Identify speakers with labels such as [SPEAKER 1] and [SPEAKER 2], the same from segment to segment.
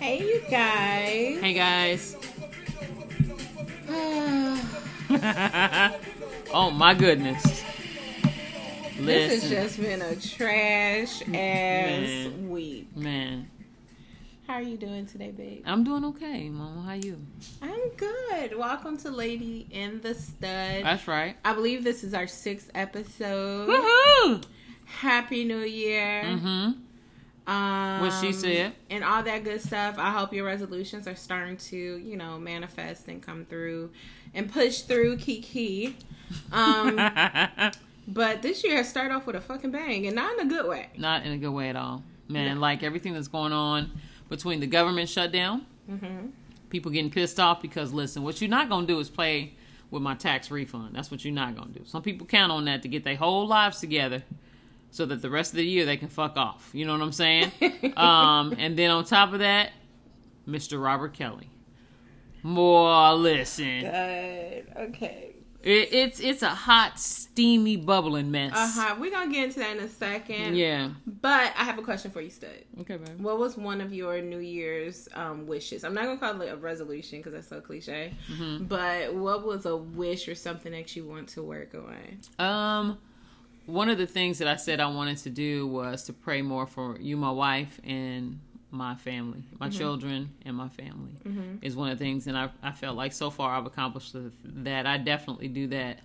[SPEAKER 1] Hey, you guys.
[SPEAKER 2] Hey guys. oh my goodness. Listen,
[SPEAKER 1] This has just been a trash ass
[SPEAKER 2] Man.
[SPEAKER 1] week.
[SPEAKER 2] man,
[SPEAKER 1] How are you doing today, babe?
[SPEAKER 2] I'm doing okay, Mama. How you?
[SPEAKER 1] I'm good. Welcome to Lady in the Stud.
[SPEAKER 2] That's right.
[SPEAKER 1] I believe this is our sixth episode.
[SPEAKER 2] Woohoo!
[SPEAKER 1] Happy New Year.
[SPEAKER 2] Mm-hmm.
[SPEAKER 1] Um,
[SPEAKER 2] What she said.
[SPEAKER 1] and all that good stuff. I hope your resolutions are starting to, you know, manifest and come through and push through Kiki. Um, but this year has started off with a fucking bang and not in a good way.
[SPEAKER 2] Not in a good way at all, man.
[SPEAKER 1] No.
[SPEAKER 2] Like everything that's going on between the government shutdown,
[SPEAKER 1] hmm
[SPEAKER 2] people getting pissed off because listen, what you're not gonna do is play with my tax refund. That's what you're not gonna do. Some people count on that to get their whole lives together so that the rest of the year they can fuck off. You know what I'm saying? um, and then on top of that, Mr. Robert Kelly. More listen.
[SPEAKER 1] Good. Okay.
[SPEAKER 2] It, it's it's a hot, steamy, bubbling mess.
[SPEAKER 1] Uh huh. We're gonna get into that in a second.
[SPEAKER 2] Yeah.
[SPEAKER 1] But I have a question for you, Stud.
[SPEAKER 2] Okay, baby.
[SPEAKER 1] What was one of your New Year's um, wishes? I'm not gonna call it a resolution because that's so cliche. But what was a wish or something that you want to work on?
[SPEAKER 2] Um, one of the things that I said I wanted to do was to pray more for you, my wife, and my family, my children, and my family is one of the things, and I I felt like so far I've accomplished th- that. I definitely do that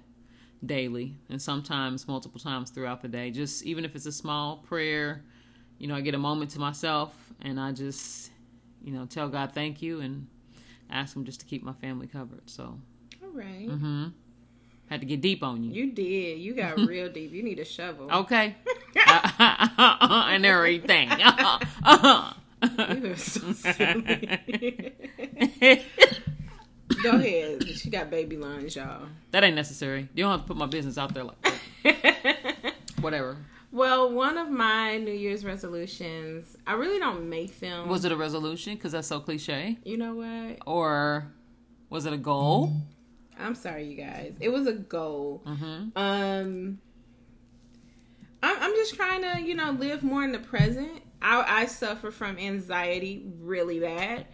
[SPEAKER 2] daily, and sometimes multiple times throughout the day. Just even if it's a small prayer, you know, I get a moment to myself, and I just, you know, tell God thank you and ask Him just to keep my family covered. So,
[SPEAKER 1] All right.
[SPEAKER 2] hmm had to get deep on you.
[SPEAKER 1] You did. You got real deep. You need a shovel.
[SPEAKER 2] Okay. and everything.
[SPEAKER 1] You are so silly. Go ahead. She got baby lines, y'all.
[SPEAKER 2] that ain't necessary. You don't have to put my business out there like that. whatever.
[SPEAKER 1] well, one of my New Year's resolutions, I really don't make them.
[SPEAKER 2] Was it a resolution? Because that's so cliche.
[SPEAKER 1] you know what?
[SPEAKER 2] Or was it a goal?
[SPEAKER 1] I'm sorry, you guys. It was a goal.
[SPEAKER 2] Mm-hmm.
[SPEAKER 1] Um, I'm, I'm just trying to, you know, live more in the present. I, I suffer from anxiety really bad.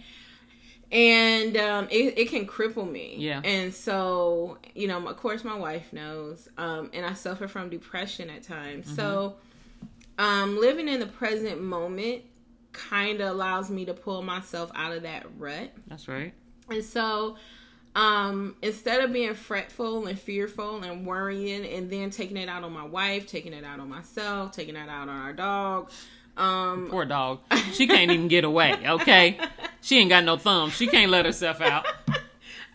[SPEAKER 1] And um, it, it can cripple me.
[SPEAKER 2] Yeah.
[SPEAKER 1] And so, you know, of course, my wife knows. Um, and I suffer from depression at times. So, um, living in the present moment kind of allows me to pull myself out of that rut.
[SPEAKER 2] That's right.
[SPEAKER 1] And so, um, instead of being fretful and fearful and worrying and then taking it out on my wife, taking it out on myself, taking it out on our dog, um,
[SPEAKER 2] Poor dog. She can't even get away, okay? She ain't got no thumbs. She can't let herself out.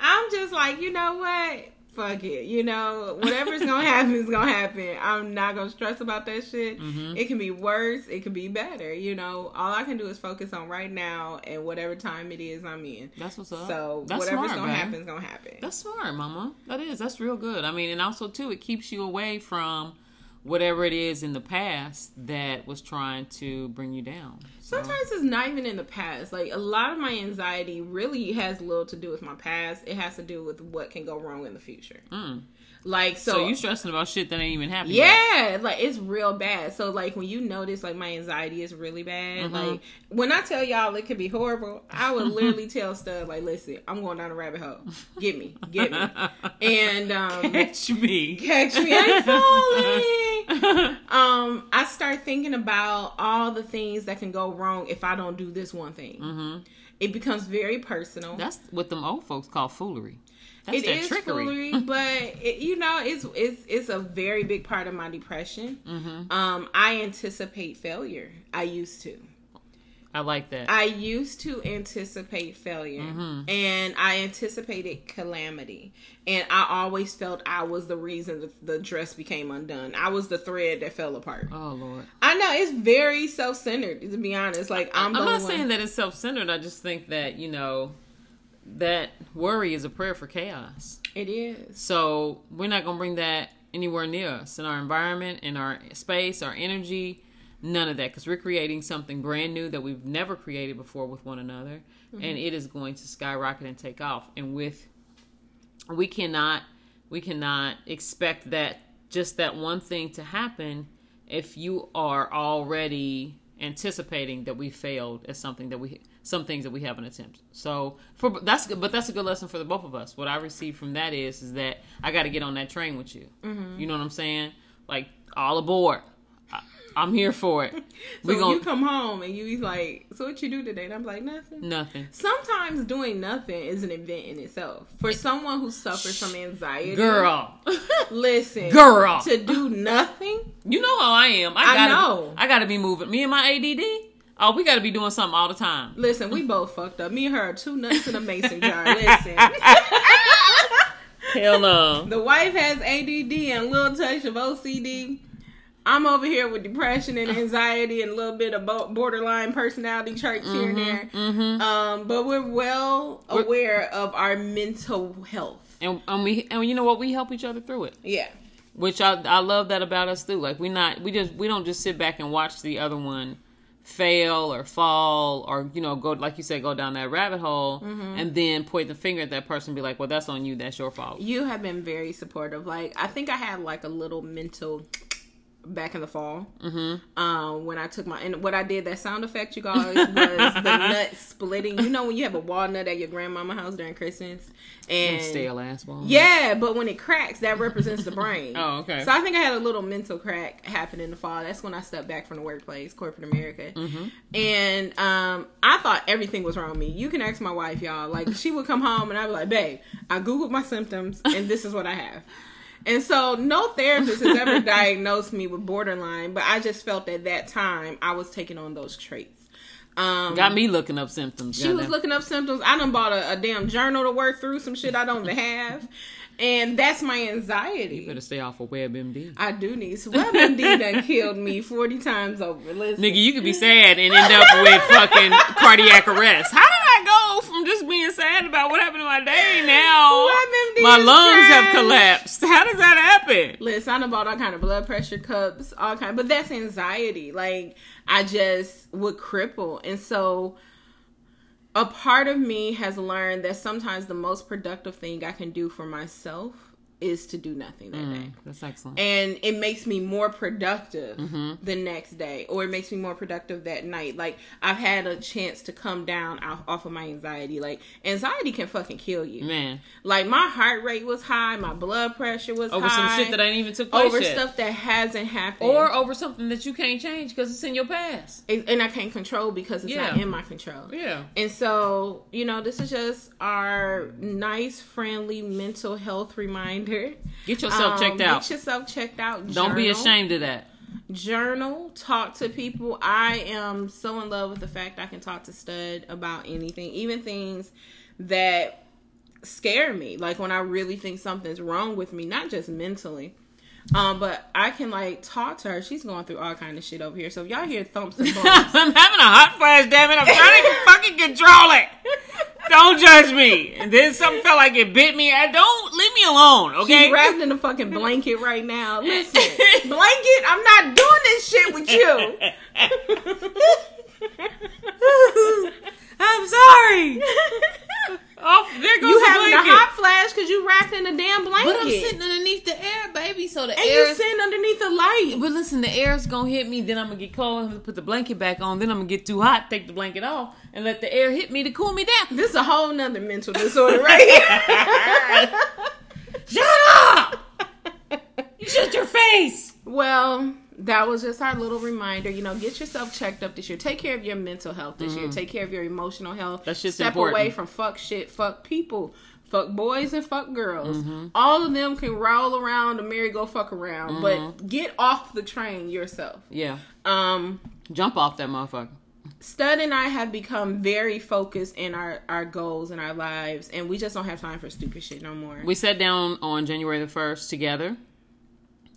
[SPEAKER 1] I'm just like, you know what? Fuck it. You know, whatever's gonna happen is gonna happen. I'm not gonna stress about that shit.
[SPEAKER 2] Mm-hmm.
[SPEAKER 1] It can be worse, it can be better. You know, all I can do is focus on right now and whatever time it is I'm in.
[SPEAKER 2] That's what's up.
[SPEAKER 1] So,
[SPEAKER 2] That's
[SPEAKER 1] whatever's
[SPEAKER 2] smart,
[SPEAKER 1] gonna
[SPEAKER 2] man.
[SPEAKER 1] happen is gonna happen.
[SPEAKER 2] That's smart, mama. That is. That's real good. I mean, and also too, it keeps you away from whatever it is in the past that was trying to bring you down. So,
[SPEAKER 1] Sometimes it's not even in the past. Like a lot of my anxiety really has little to do with my past. It has to do with what can go wrong in the future.
[SPEAKER 2] Mm.
[SPEAKER 1] Like so,
[SPEAKER 2] so, you stressing about shit that ain't even happening. yet.
[SPEAKER 1] yeah, like it's real bad. So like when you notice like my anxiety is really bad,
[SPEAKER 2] Mhm.
[SPEAKER 1] like when I tell y'all it could be horrible, I would literally tell stuff like, "Listen, I'm going down a rabbit hole. Get me, get me." And um
[SPEAKER 2] catch me,
[SPEAKER 1] catch me, I'm falling. um I start thinking about all the things that can go wrong if I don't do this one thing.
[SPEAKER 2] hmm
[SPEAKER 1] it becomes very personal.
[SPEAKER 2] That's what them old folks call foolery. That's
[SPEAKER 1] It
[SPEAKER 2] their
[SPEAKER 1] is
[SPEAKER 2] trickery.
[SPEAKER 1] foolery, but it, you know, it's it's it's a very big part of my depression.
[SPEAKER 2] hmm
[SPEAKER 1] Um, I anticipate failure. I used to.
[SPEAKER 2] I like that.
[SPEAKER 1] I used to anticipate failure,
[SPEAKER 2] Mhm.
[SPEAKER 1] and I anticipated calamity, and I always felt I was the reason that the dress became undone. I was the thread that fell apart.
[SPEAKER 2] oh Lord.
[SPEAKER 1] I know it's very self centered. To be honest, like I'm,
[SPEAKER 2] I'm,
[SPEAKER 1] the
[SPEAKER 2] not
[SPEAKER 1] one.
[SPEAKER 2] saying that it's self centered. I just think that you know that worry is a prayer for chaos.
[SPEAKER 1] it is.
[SPEAKER 2] So we're not gonna bring that anywhere near us in our environment, in our space, our energy, none of that, because we're creating something brand new that we've never created before with one another, and it is going to skyrocket and take off. And with we cannot we cannot expect that just that one thing to happen if you are already anticipating that we failed at something that we some things that we haven't attempted. So for that's good, but that's a good lesson for the both of us. What I received from that is is that I got to get on that train with you. Mm-hmm. You know what I'm saying? Like all aboard. I, I'm here for it.
[SPEAKER 1] so we gonna, you come home and you be like, "So what you do today?" And I'm like, "Nothing."
[SPEAKER 2] Nothing.
[SPEAKER 1] Sometimes doing nothing is an event in itself. For someone who suffers from anxiety,
[SPEAKER 2] girl,
[SPEAKER 1] listen,
[SPEAKER 2] girl,
[SPEAKER 1] to do nothing.
[SPEAKER 2] You know how I am. I,
[SPEAKER 1] I
[SPEAKER 2] gotta,
[SPEAKER 1] know.
[SPEAKER 2] I gotta be moving. Me and my ADD. Oh, we got to be doing something all the time.
[SPEAKER 1] Listen, we both fucked up. Me and her are two nuts in a mason jar. Listen.
[SPEAKER 2] Hell no.
[SPEAKER 1] The wife has ADD and a little touch of OCD. I'm over here with depression and anxiety and a little bit of bo- borderline personality traits here and there.
[SPEAKER 2] Mhm.
[SPEAKER 1] Um, but Mm-hmm, we're well
[SPEAKER 2] We're-
[SPEAKER 1] aware of our mental health.
[SPEAKER 2] And, and we and you know what? We help each other through it,
[SPEAKER 1] Yeah.
[SPEAKER 2] which I I love that about us too. Like we not we just we don't just sit back and watch the other one fail or fall or you know go like you said go down that rabbit hole
[SPEAKER 1] Mm-hmm.
[SPEAKER 2] and then point the finger at that person and be like, well, that's on you. That's your fault.
[SPEAKER 1] You have been very supportive. Like, I think I had like a little mental back in the fall mm-hmm. um, when I took my and what I did that sound effect you guys was the nut splitting. You know when you have a walnut at your grandmama house during Christmas and
[SPEAKER 2] Stale ass woman.
[SPEAKER 1] Yeah, but when it cracks, that represents the brain.
[SPEAKER 2] Oh, okay.
[SPEAKER 1] So I think I had a little mental crack happen in the fall. That's when I stepped back from the workplace, corporate America,
[SPEAKER 2] Mm-hmm.
[SPEAKER 1] and um, I thought everything was wrong with me. You can ask my wife, y'all. Like she would come home and I'd be like, "Babe, I googled my symptoms and this is what I have." And so no therapist has ever diagnosed me with borderline, but I just felt at that time I was taking on those traits. Um,
[SPEAKER 2] Got me looking up symptoms.
[SPEAKER 1] she was
[SPEAKER 2] goddamn.
[SPEAKER 1] looking up symptoms. I done bought a, a damn journal to work through some shit I don't even have. And that's my anxiety.
[SPEAKER 2] Better stay off of WebMD.
[SPEAKER 1] I do need some WebMD done killed me 40 times over. Listen,
[SPEAKER 2] Nigga, you could be sad and end up with fucking cardiac arrest. How did I go from just being sad about what happened to my day now?
[SPEAKER 1] WebMD
[SPEAKER 2] my
[SPEAKER 1] is
[SPEAKER 2] lungs have
[SPEAKER 1] trash.
[SPEAKER 2] collapsed. How does that happen?
[SPEAKER 1] Listen, I done bought all kind of blood pressure cups, all kind, but that's anxiety. Like I just would cripple, and so a part of me has learned that sometimes the most productive thing I can do for myself is to do nothing that
[SPEAKER 2] Mm.
[SPEAKER 1] day.
[SPEAKER 2] That's excellent.
[SPEAKER 1] and it makes me more productive
[SPEAKER 2] Mm-hmm.
[SPEAKER 1] the next day or it makes me more productive that night like i've had a chance to come down off, off of my anxiety like anxiety can fucking kill you
[SPEAKER 2] Man,
[SPEAKER 1] like my heart rate was high my blood pressure was
[SPEAKER 2] over some
[SPEAKER 1] high,
[SPEAKER 2] shit that ain't even took place
[SPEAKER 1] over
[SPEAKER 2] yet.
[SPEAKER 1] stuff that hasn't happened
[SPEAKER 2] or over something that you can't change because it's in your past.
[SPEAKER 1] and and i can't control because it's not
[SPEAKER 2] Yeah.
[SPEAKER 1] in my control
[SPEAKER 2] Yeah.
[SPEAKER 1] And so, you know, this is just our nice, friendly mental health reminder.
[SPEAKER 2] Get yourself
[SPEAKER 1] Um,
[SPEAKER 2] checked out.
[SPEAKER 1] Get yourself checked out.
[SPEAKER 2] Don't be
[SPEAKER 1] Journal.
[SPEAKER 2] ashamed of that.
[SPEAKER 1] journal, talk to people. I am so in love with the fact I can talk to Stud about anything, even things that scare me. Like when I really think something's wrong with me, not just mentally. Um, but I can like talk to her. She's going through all kind of shit over here. So if y'all hear thumps and bumps,
[SPEAKER 2] I'm having a hot flash, damn it. I'm trying to fucking control it. Don't judge me. And then something felt like it bit me. I don't leave me alone, okay?
[SPEAKER 1] she's wrapped in a fucking blanket right now. Listen, blanket, I'm not doing this shit with you.
[SPEAKER 2] I'm sorry. Oh, there goes
[SPEAKER 1] you
[SPEAKER 2] the
[SPEAKER 1] having a
[SPEAKER 2] blanket.
[SPEAKER 1] hot flash because you wrapped in a damn blanket.
[SPEAKER 2] but I'm sitting underneath the air, baby. So the
[SPEAKER 1] and you
[SPEAKER 2] air. Is,
[SPEAKER 1] sitting underneath the light.
[SPEAKER 2] but listen, the air is gonna hit me. Then I'm gonna get cold. I'm gonna put the blanket back on. Then I'm gonna get too hot. Take the blanket off and let the air hit me to cool me down.
[SPEAKER 1] This is a whole nother mental disorder right here.
[SPEAKER 2] Shut up! you shut your face.
[SPEAKER 1] well, that was just our little reminder. You know, get yourself checked up this year. Take care of your mental health this year. Take care of your emotional health.
[SPEAKER 2] That shit's
[SPEAKER 1] Step
[SPEAKER 2] important.
[SPEAKER 1] away from fuck shit, fuck people, fuck boys and fuck girls. All of them can roll around a merry go fuck around, but get off the train yourself.
[SPEAKER 2] Yeah,
[SPEAKER 1] Um,
[SPEAKER 2] jump off that motherfucker.
[SPEAKER 1] Stud and I have become very focused in our our goals and our lives, and we just don't have time for stupid shit no more.
[SPEAKER 2] We sat down on January the 1st together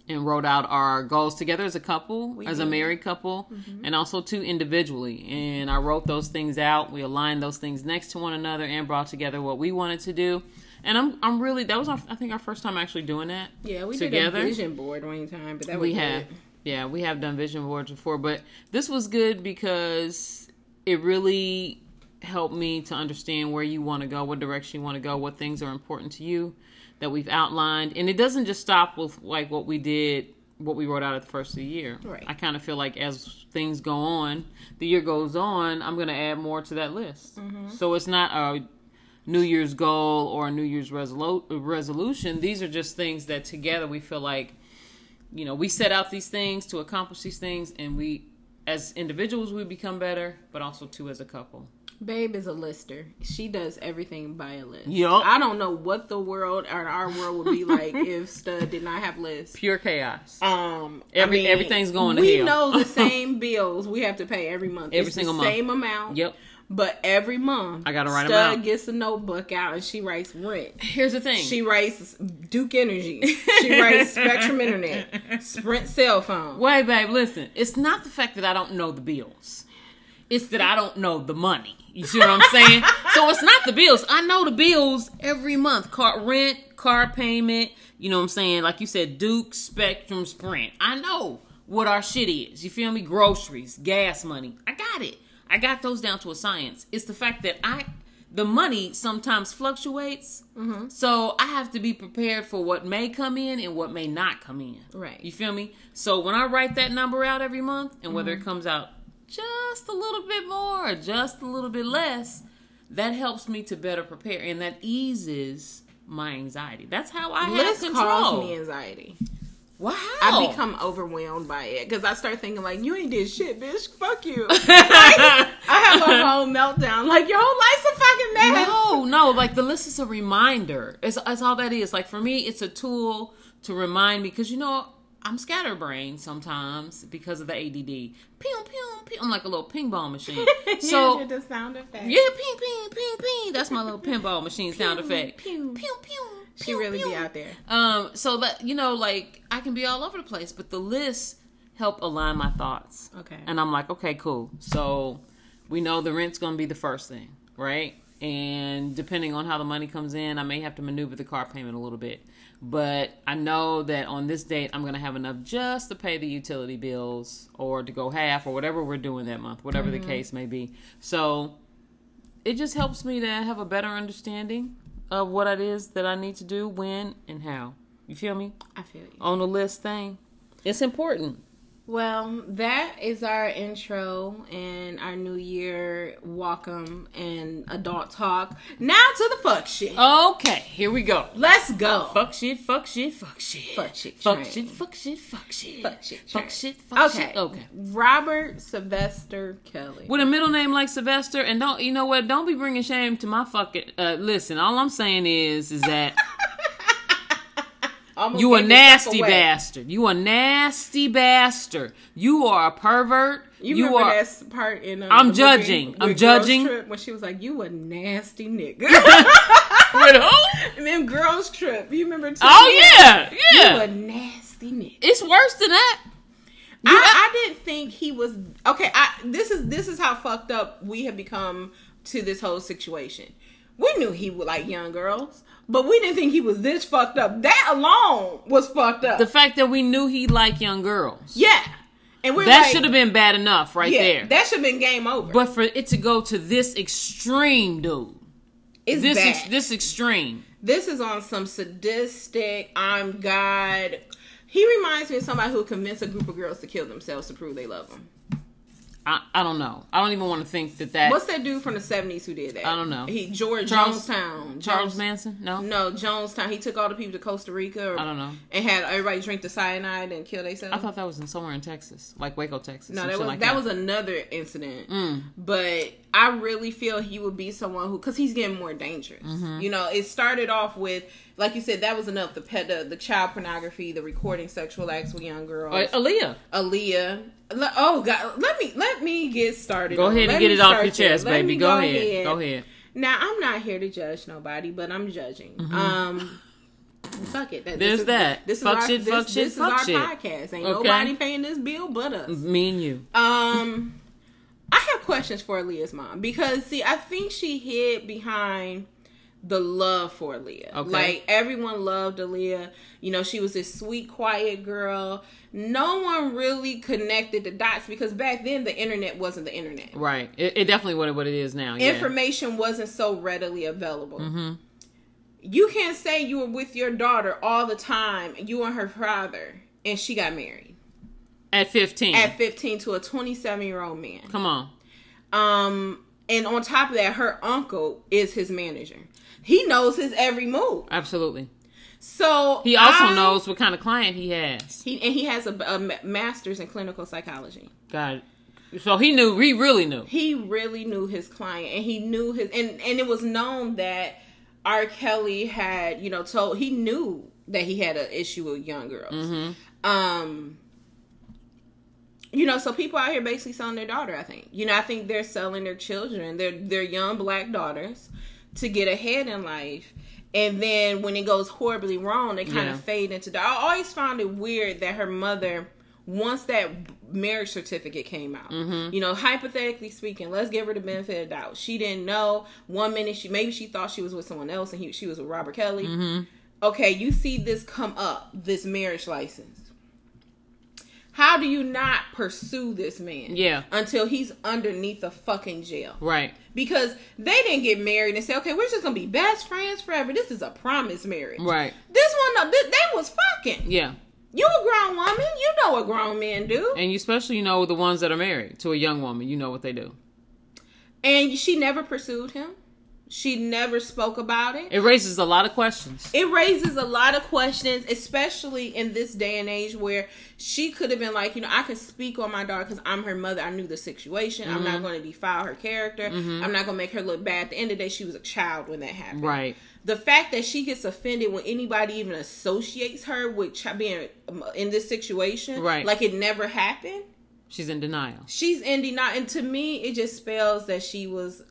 [SPEAKER 2] and wrote out our goals together as a couple, as a married couple,
[SPEAKER 1] Mm-hmm.
[SPEAKER 2] and also two individually. And I wrote those things out. We aligned those things next to one another and brought together what we wanted to do. And I'm I'm really that was our, I think our first time actually doing that.
[SPEAKER 1] yeah, we
[SPEAKER 2] together.
[SPEAKER 1] did a vision board one time, but that
[SPEAKER 2] we
[SPEAKER 1] was
[SPEAKER 2] have
[SPEAKER 1] it.
[SPEAKER 2] yeah we have done vision boards before but this was good because it really helped me to understand where you want to go what direction you want to go what things are important to you that we've outlined and it doesn't just stop with like what we did what we wrote out at the first of the year.
[SPEAKER 1] Right.
[SPEAKER 2] I kind of feel like as things go on, the year goes on, I'm going to add more to that list. So it's not a New Year's goal or a New Year's resolu- resolution. These are just things that together we feel like, you know, we set out these things to accomplish these things, and we, as individuals, we become better, but also too as a couple.
[SPEAKER 1] Babe is a lister. She does everything by a list.
[SPEAKER 2] Yup.
[SPEAKER 1] I don't know what the world or our world would be like if Stud did not have lists.
[SPEAKER 2] Pure chaos.
[SPEAKER 1] Um,
[SPEAKER 2] Every- everything's going to
[SPEAKER 1] We
[SPEAKER 2] hell.
[SPEAKER 1] know the same bills we have to pay every month.
[SPEAKER 2] Every
[SPEAKER 1] It's
[SPEAKER 2] single
[SPEAKER 1] the
[SPEAKER 2] month.
[SPEAKER 1] Same amount.
[SPEAKER 2] Yep.
[SPEAKER 1] But every month,
[SPEAKER 2] I gotta write 'em
[SPEAKER 1] Stud
[SPEAKER 2] out.
[SPEAKER 1] gets a notebook out and she writes rent.
[SPEAKER 2] Here's the thing.
[SPEAKER 1] She writes Duke Energy. She writes Spectrum Internet, Sprint cell phone.
[SPEAKER 2] Wait, babe, listen. It's not the fact that I don't know the bills. It's that I don't know the money. You see what I'm saying? so it's not the bills. I know the bills every month. Car rent, car payment, you know what I'm saying? Like you said, Duke, Spectrum, Sprint. I know what our shit is. You feel me? Groceries, gas money. I got it. I got those down to a science. It's the fact that I the money sometimes fluctuates. So I have to be prepared for what may come in and what may not come in.
[SPEAKER 1] Right.
[SPEAKER 2] You feel me? So when I write that number out every month and whether it
[SPEAKER 1] Mm-hmm.
[SPEAKER 2] comes out just a little bit more or just a little bit less, that helps me to better prepare and that eases my anxiety. That's how I have
[SPEAKER 1] List
[SPEAKER 2] control. Oh.
[SPEAKER 1] causes me anxiety.
[SPEAKER 2] Wow.
[SPEAKER 1] I become overwhelmed by it because I start thinking like, "You ain't did shit, bitch. Fuck you." Like, I have a whole meltdown. Like your whole life's a fucking mess.
[SPEAKER 2] No, no, like the list is a reminder. It's that's all that is. Like for me, it's a tool to remind me because you know I'm scatterbrained sometimes because of the ADD. Pew pew pew. I'm like a little ping pong machine. So
[SPEAKER 1] Here's the sound effect.
[SPEAKER 2] yeah, ping ping ping ping. That's my little pinball machine sound effect.
[SPEAKER 1] pew.
[SPEAKER 2] pew pew.
[SPEAKER 1] she
[SPEAKER 2] pew,
[SPEAKER 1] really
[SPEAKER 2] pew.
[SPEAKER 1] be out there.
[SPEAKER 2] Um, so that you know, like I can be all over the place, but the lists help align my thoughts.
[SPEAKER 1] Okay.
[SPEAKER 2] And I'm like, okay, cool. So we know the rent's gonna be the first thing, right? And depending on how the money comes in, I may have to maneuver the car payment a little bit. But I know that on this date, I'm gonna have enough just to pay the utility bills or to go half or whatever we're doing that month, whatever
[SPEAKER 1] Mm-hmm.
[SPEAKER 2] the case may be. So it just helps me to have a better understanding of what it is that I need to do, when, and how. You feel me?
[SPEAKER 1] I feel you.
[SPEAKER 2] On the list thing. It's important.
[SPEAKER 1] Well, that is our intro and our new year welcome and adult talk. Now to the fuck shit.
[SPEAKER 2] Oh. Okay, here we go.
[SPEAKER 1] Let's go.
[SPEAKER 2] Fuck shit, fuck shit, fuck shit.
[SPEAKER 1] Fuck shit
[SPEAKER 2] Fuck
[SPEAKER 1] train.
[SPEAKER 2] shit, fuck shit, fuck shit.
[SPEAKER 1] Fuck shit train.
[SPEAKER 2] Fuck shit, fuck
[SPEAKER 1] okay.
[SPEAKER 2] shit. Okay.
[SPEAKER 1] Robert Sylvester Kelly.
[SPEAKER 2] With a middle name like Sylvester, and don't, you know what? Don't be bringing shame to my fucking. Uh, listen, all I'm saying is, is that
[SPEAKER 1] Almost
[SPEAKER 2] you a
[SPEAKER 1] gave yourself
[SPEAKER 2] nasty
[SPEAKER 1] away.
[SPEAKER 2] bastard. You a nasty bastard. You are a pervert.
[SPEAKER 1] You,
[SPEAKER 2] you
[SPEAKER 1] remember
[SPEAKER 2] are.
[SPEAKER 1] that part in? Um,
[SPEAKER 2] I'm
[SPEAKER 1] the movie
[SPEAKER 2] judging.
[SPEAKER 1] with
[SPEAKER 2] I'm
[SPEAKER 1] Girls
[SPEAKER 2] judging.
[SPEAKER 1] Trip when she was like, "You a nasty nigga."
[SPEAKER 2] With who?
[SPEAKER 1] and then girls trip. You remember? Too?
[SPEAKER 2] Oh yeah,
[SPEAKER 1] You a
[SPEAKER 2] yeah.
[SPEAKER 1] nasty nigga.
[SPEAKER 2] It's worse than that.
[SPEAKER 1] I, I didn't think he was okay. I this is this is how fucked up we have become to this whole situation. We knew he would like young girls, but we didn't think he was this fucked up. That alone was fucked up.
[SPEAKER 2] The fact that we knew he liked young girls.
[SPEAKER 1] yeah, and we're
[SPEAKER 2] That
[SPEAKER 1] like,
[SPEAKER 2] should have been bad enough right
[SPEAKER 1] yeah,
[SPEAKER 2] there.
[SPEAKER 1] That should have been game over.
[SPEAKER 2] but for it to go to this extreme, dude.
[SPEAKER 1] it's
[SPEAKER 2] This
[SPEAKER 1] bad.
[SPEAKER 2] ex- this extreme.
[SPEAKER 1] this is on some sadistic i'm god he reminds me of somebody who convinced a group of girls to kill themselves to prove they love them
[SPEAKER 2] I, I don't know. I don't even want to think that that
[SPEAKER 1] what's that dude from the 70s who did that
[SPEAKER 2] I don't know.
[SPEAKER 1] he george
[SPEAKER 2] Charles-
[SPEAKER 1] jonestown
[SPEAKER 2] Charles
[SPEAKER 1] Jones-
[SPEAKER 2] Manson. No,
[SPEAKER 1] no jonestown he took all the people to costa rica or,
[SPEAKER 2] I don't know.
[SPEAKER 1] and had everybody drink the cyanide and kill themselves
[SPEAKER 2] I thought that was in somewhere in Texas, like Waco, Texas.
[SPEAKER 1] no,
[SPEAKER 2] some
[SPEAKER 1] that
[SPEAKER 2] shit
[SPEAKER 1] was
[SPEAKER 2] like Mm.
[SPEAKER 1] that, was another incident. But I really feel he would be someone who, because he's getting more dangerous.
[SPEAKER 2] Mm-hmm.
[SPEAKER 1] You know, it started off with, like you said, that was enough. The pet, the, the child pornography, the recording sexual acts with young girls,
[SPEAKER 2] But Aaliyah.
[SPEAKER 1] Aaliyah. Le- Oh God, let me let me get started.
[SPEAKER 2] Go
[SPEAKER 1] on-
[SPEAKER 2] ahead
[SPEAKER 1] let
[SPEAKER 2] and get
[SPEAKER 1] me
[SPEAKER 2] it off
[SPEAKER 1] start
[SPEAKER 2] your
[SPEAKER 1] there.
[SPEAKER 2] chest,
[SPEAKER 1] Let
[SPEAKER 2] baby.
[SPEAKER 1] me
[SPEAKER 2] Go, ahead. Go ahead.
[SPEAKER 1] Now I'm not here to judge nobody, but I'm judging. Um, fuck it. That,
[SPEAKER 2] Mm-hmm. There's
[SPEAKER 1] is,
[SPEAKER 2] that.
[SPEAKER 1] This
[SPEAKER 2] Fuck
[SPEAKER 1] is our,
[SPEAKER 2] shit,
[SPEAKER 1] This,
[SPEAKER 2] fuck
[SPEAKER 1] this
[SPEAKER 2] shit,
[SPEAKER 1] is
[SPEAKER 2] fuck
[SPEAKER 1] our
[SPEAKER 2] shit.
[SPEAKER 1] podcast. Ain't
[SPEAKER 2] Okay.
[SPEAKER 1] nobody paying this bill but us.
[SPEAKER 2] Me and you.
[SPEAKER 1] Um, I have questions for Aaliyah's mom because see, I think she hid behind the love for Aaliyah.
[SPEAKER 2] Okay.
[SPEAKER 1] Like everyone loved Aaliyah. You know, she was this sweet, quiet girl. No one really connected the dots because back then the internet wasn't the internet.
[SPEAKER 2] Right. It, it definitely what it, what it is now. Yeah. Mm-hmm.
[SPEAKER 1] Information wasn't so readily available. You can't say you were with your daughter all the time. You and her father. and she got married
[SPEAKER 2] At 15.
[SPEAKER 1] at 15 to a 27 year old man.
[SPEAKER 2] Come on.
[SPEAKER 1] Um, and on top of that, her uncle is his manager. He knows his every move.
[SPEAKER 2] Absolutely.
[SPEAKER 1] So
[SPEAKER 2] He also
[SPEAKER 1] I-
[SPEAKER 2] knows what kind of client he has.
[SPEAKER 1] He and he has a, a ma- master's in clinical psychology.
[SPEAKER 2] God. So he knew, he really knew.
[SPEAKER 1] He really knew his client, and he knew his and and it was known that R. Kelly had you know told he knew that he had an issue with young girls.
[SPEAKER 2] Mm-hmm.
[SPEAKER 1] Um, you know, so people out here basically selling their daughter. I think you know, I think they're selling their children, their their young black daughters, to get ahead in life. And then when it goes horribly wrong, they kind
[SPEAKER 2] Yeah.
[SPEAKER 1] of fade into. The, I always found it weird that her mother, once that marriage certificate came out, you know, hypothetically speaking, let's give her the benefit of the doubt. She didn't know. One minute she maybe she thought she was with someone else, and he, she was with Robert Kelly okay, you see this come up, this marriage license. How do you not pursue this man?
[SPEAKER 2] Yeah.
[SPEAKER 1] Until he's underneath a fucking jail.
[SPEAKER 2] Right.
[SPEAKER 1] Because they didn't get married and say, okay, we're just gonna be best friends forever. This is a promise marriage.
[SPEAKER 2] Right.
[SPEAKER 1] This one, no, th- they was fucking.
[SPEAKER 2] Yeah.
[SPEAKER 1] You a grown woman, you know what grown men do.
[SPEAKER 2] And you especially know the ones that are married to a young woman. You know what they do.
[SPEAKER 1] And she never pursued him. She never spoke about it.
[SPEAKER 2] It raises a lot of questions.
[SPEAKER 1] it raises a lot of questions, especially in this day and age where she could have been like, you know, I can speak on my daughter because I'm her mother. I knew the situation. I'm
[SPEAKER 2] Mm-hmm.
[SPEAKER 1] not going to defile her character. I'm not going to make her look bad. At the end of the day, she was a child when that happened.
[SPEAKER 2] Right.
[SPEAKER 1] The fact that she gets offended when anybody even associates her with chi- being um, in this situation,
[SPEAKER 2] Right.
[SPEAKER 1] like it never happened,
[SPEAKER 2] She's in denial.
[SPEAKER 1] she's in denial. And to me, it just spells that she was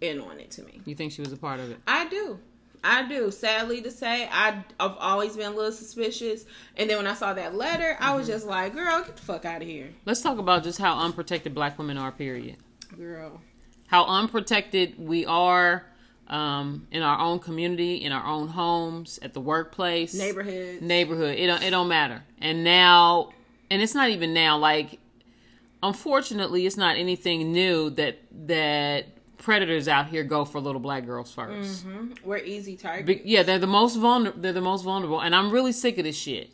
[SPEAKER 1] in on it to me.
[SPEAKER 2] You think she was a part of it?
[SPEAKER 1] I do. I do. Sadly to say, I, I've always been a little suspicious. And then when I saw that letter, I
[SPEAKER 2] Mm-hmm.
[SPEAKER 1] was just like, girl, get the fuck out of here.
[SPEAKER 2] Let's talk about just how unprotected black women are, period.
[SPEAKER 1] Girl.
[SPEAKER 2] How unprotected we are um, in our own community, in our own homes, at the workplace,
[SPEAKER 1] Neighborhood.
[SPEAKER 2] neighborhood. It don't, it don't matter. And now, and it's not even now. Like, unfortunately, it's not anything new that that predators out here go for little black girls 1st
[SPEAKER 1] We're easy target.
[SPEAKER 2] Be- yeah, they're the most vulnerable. They're the most vulnerable, and I'm really sick of this shit.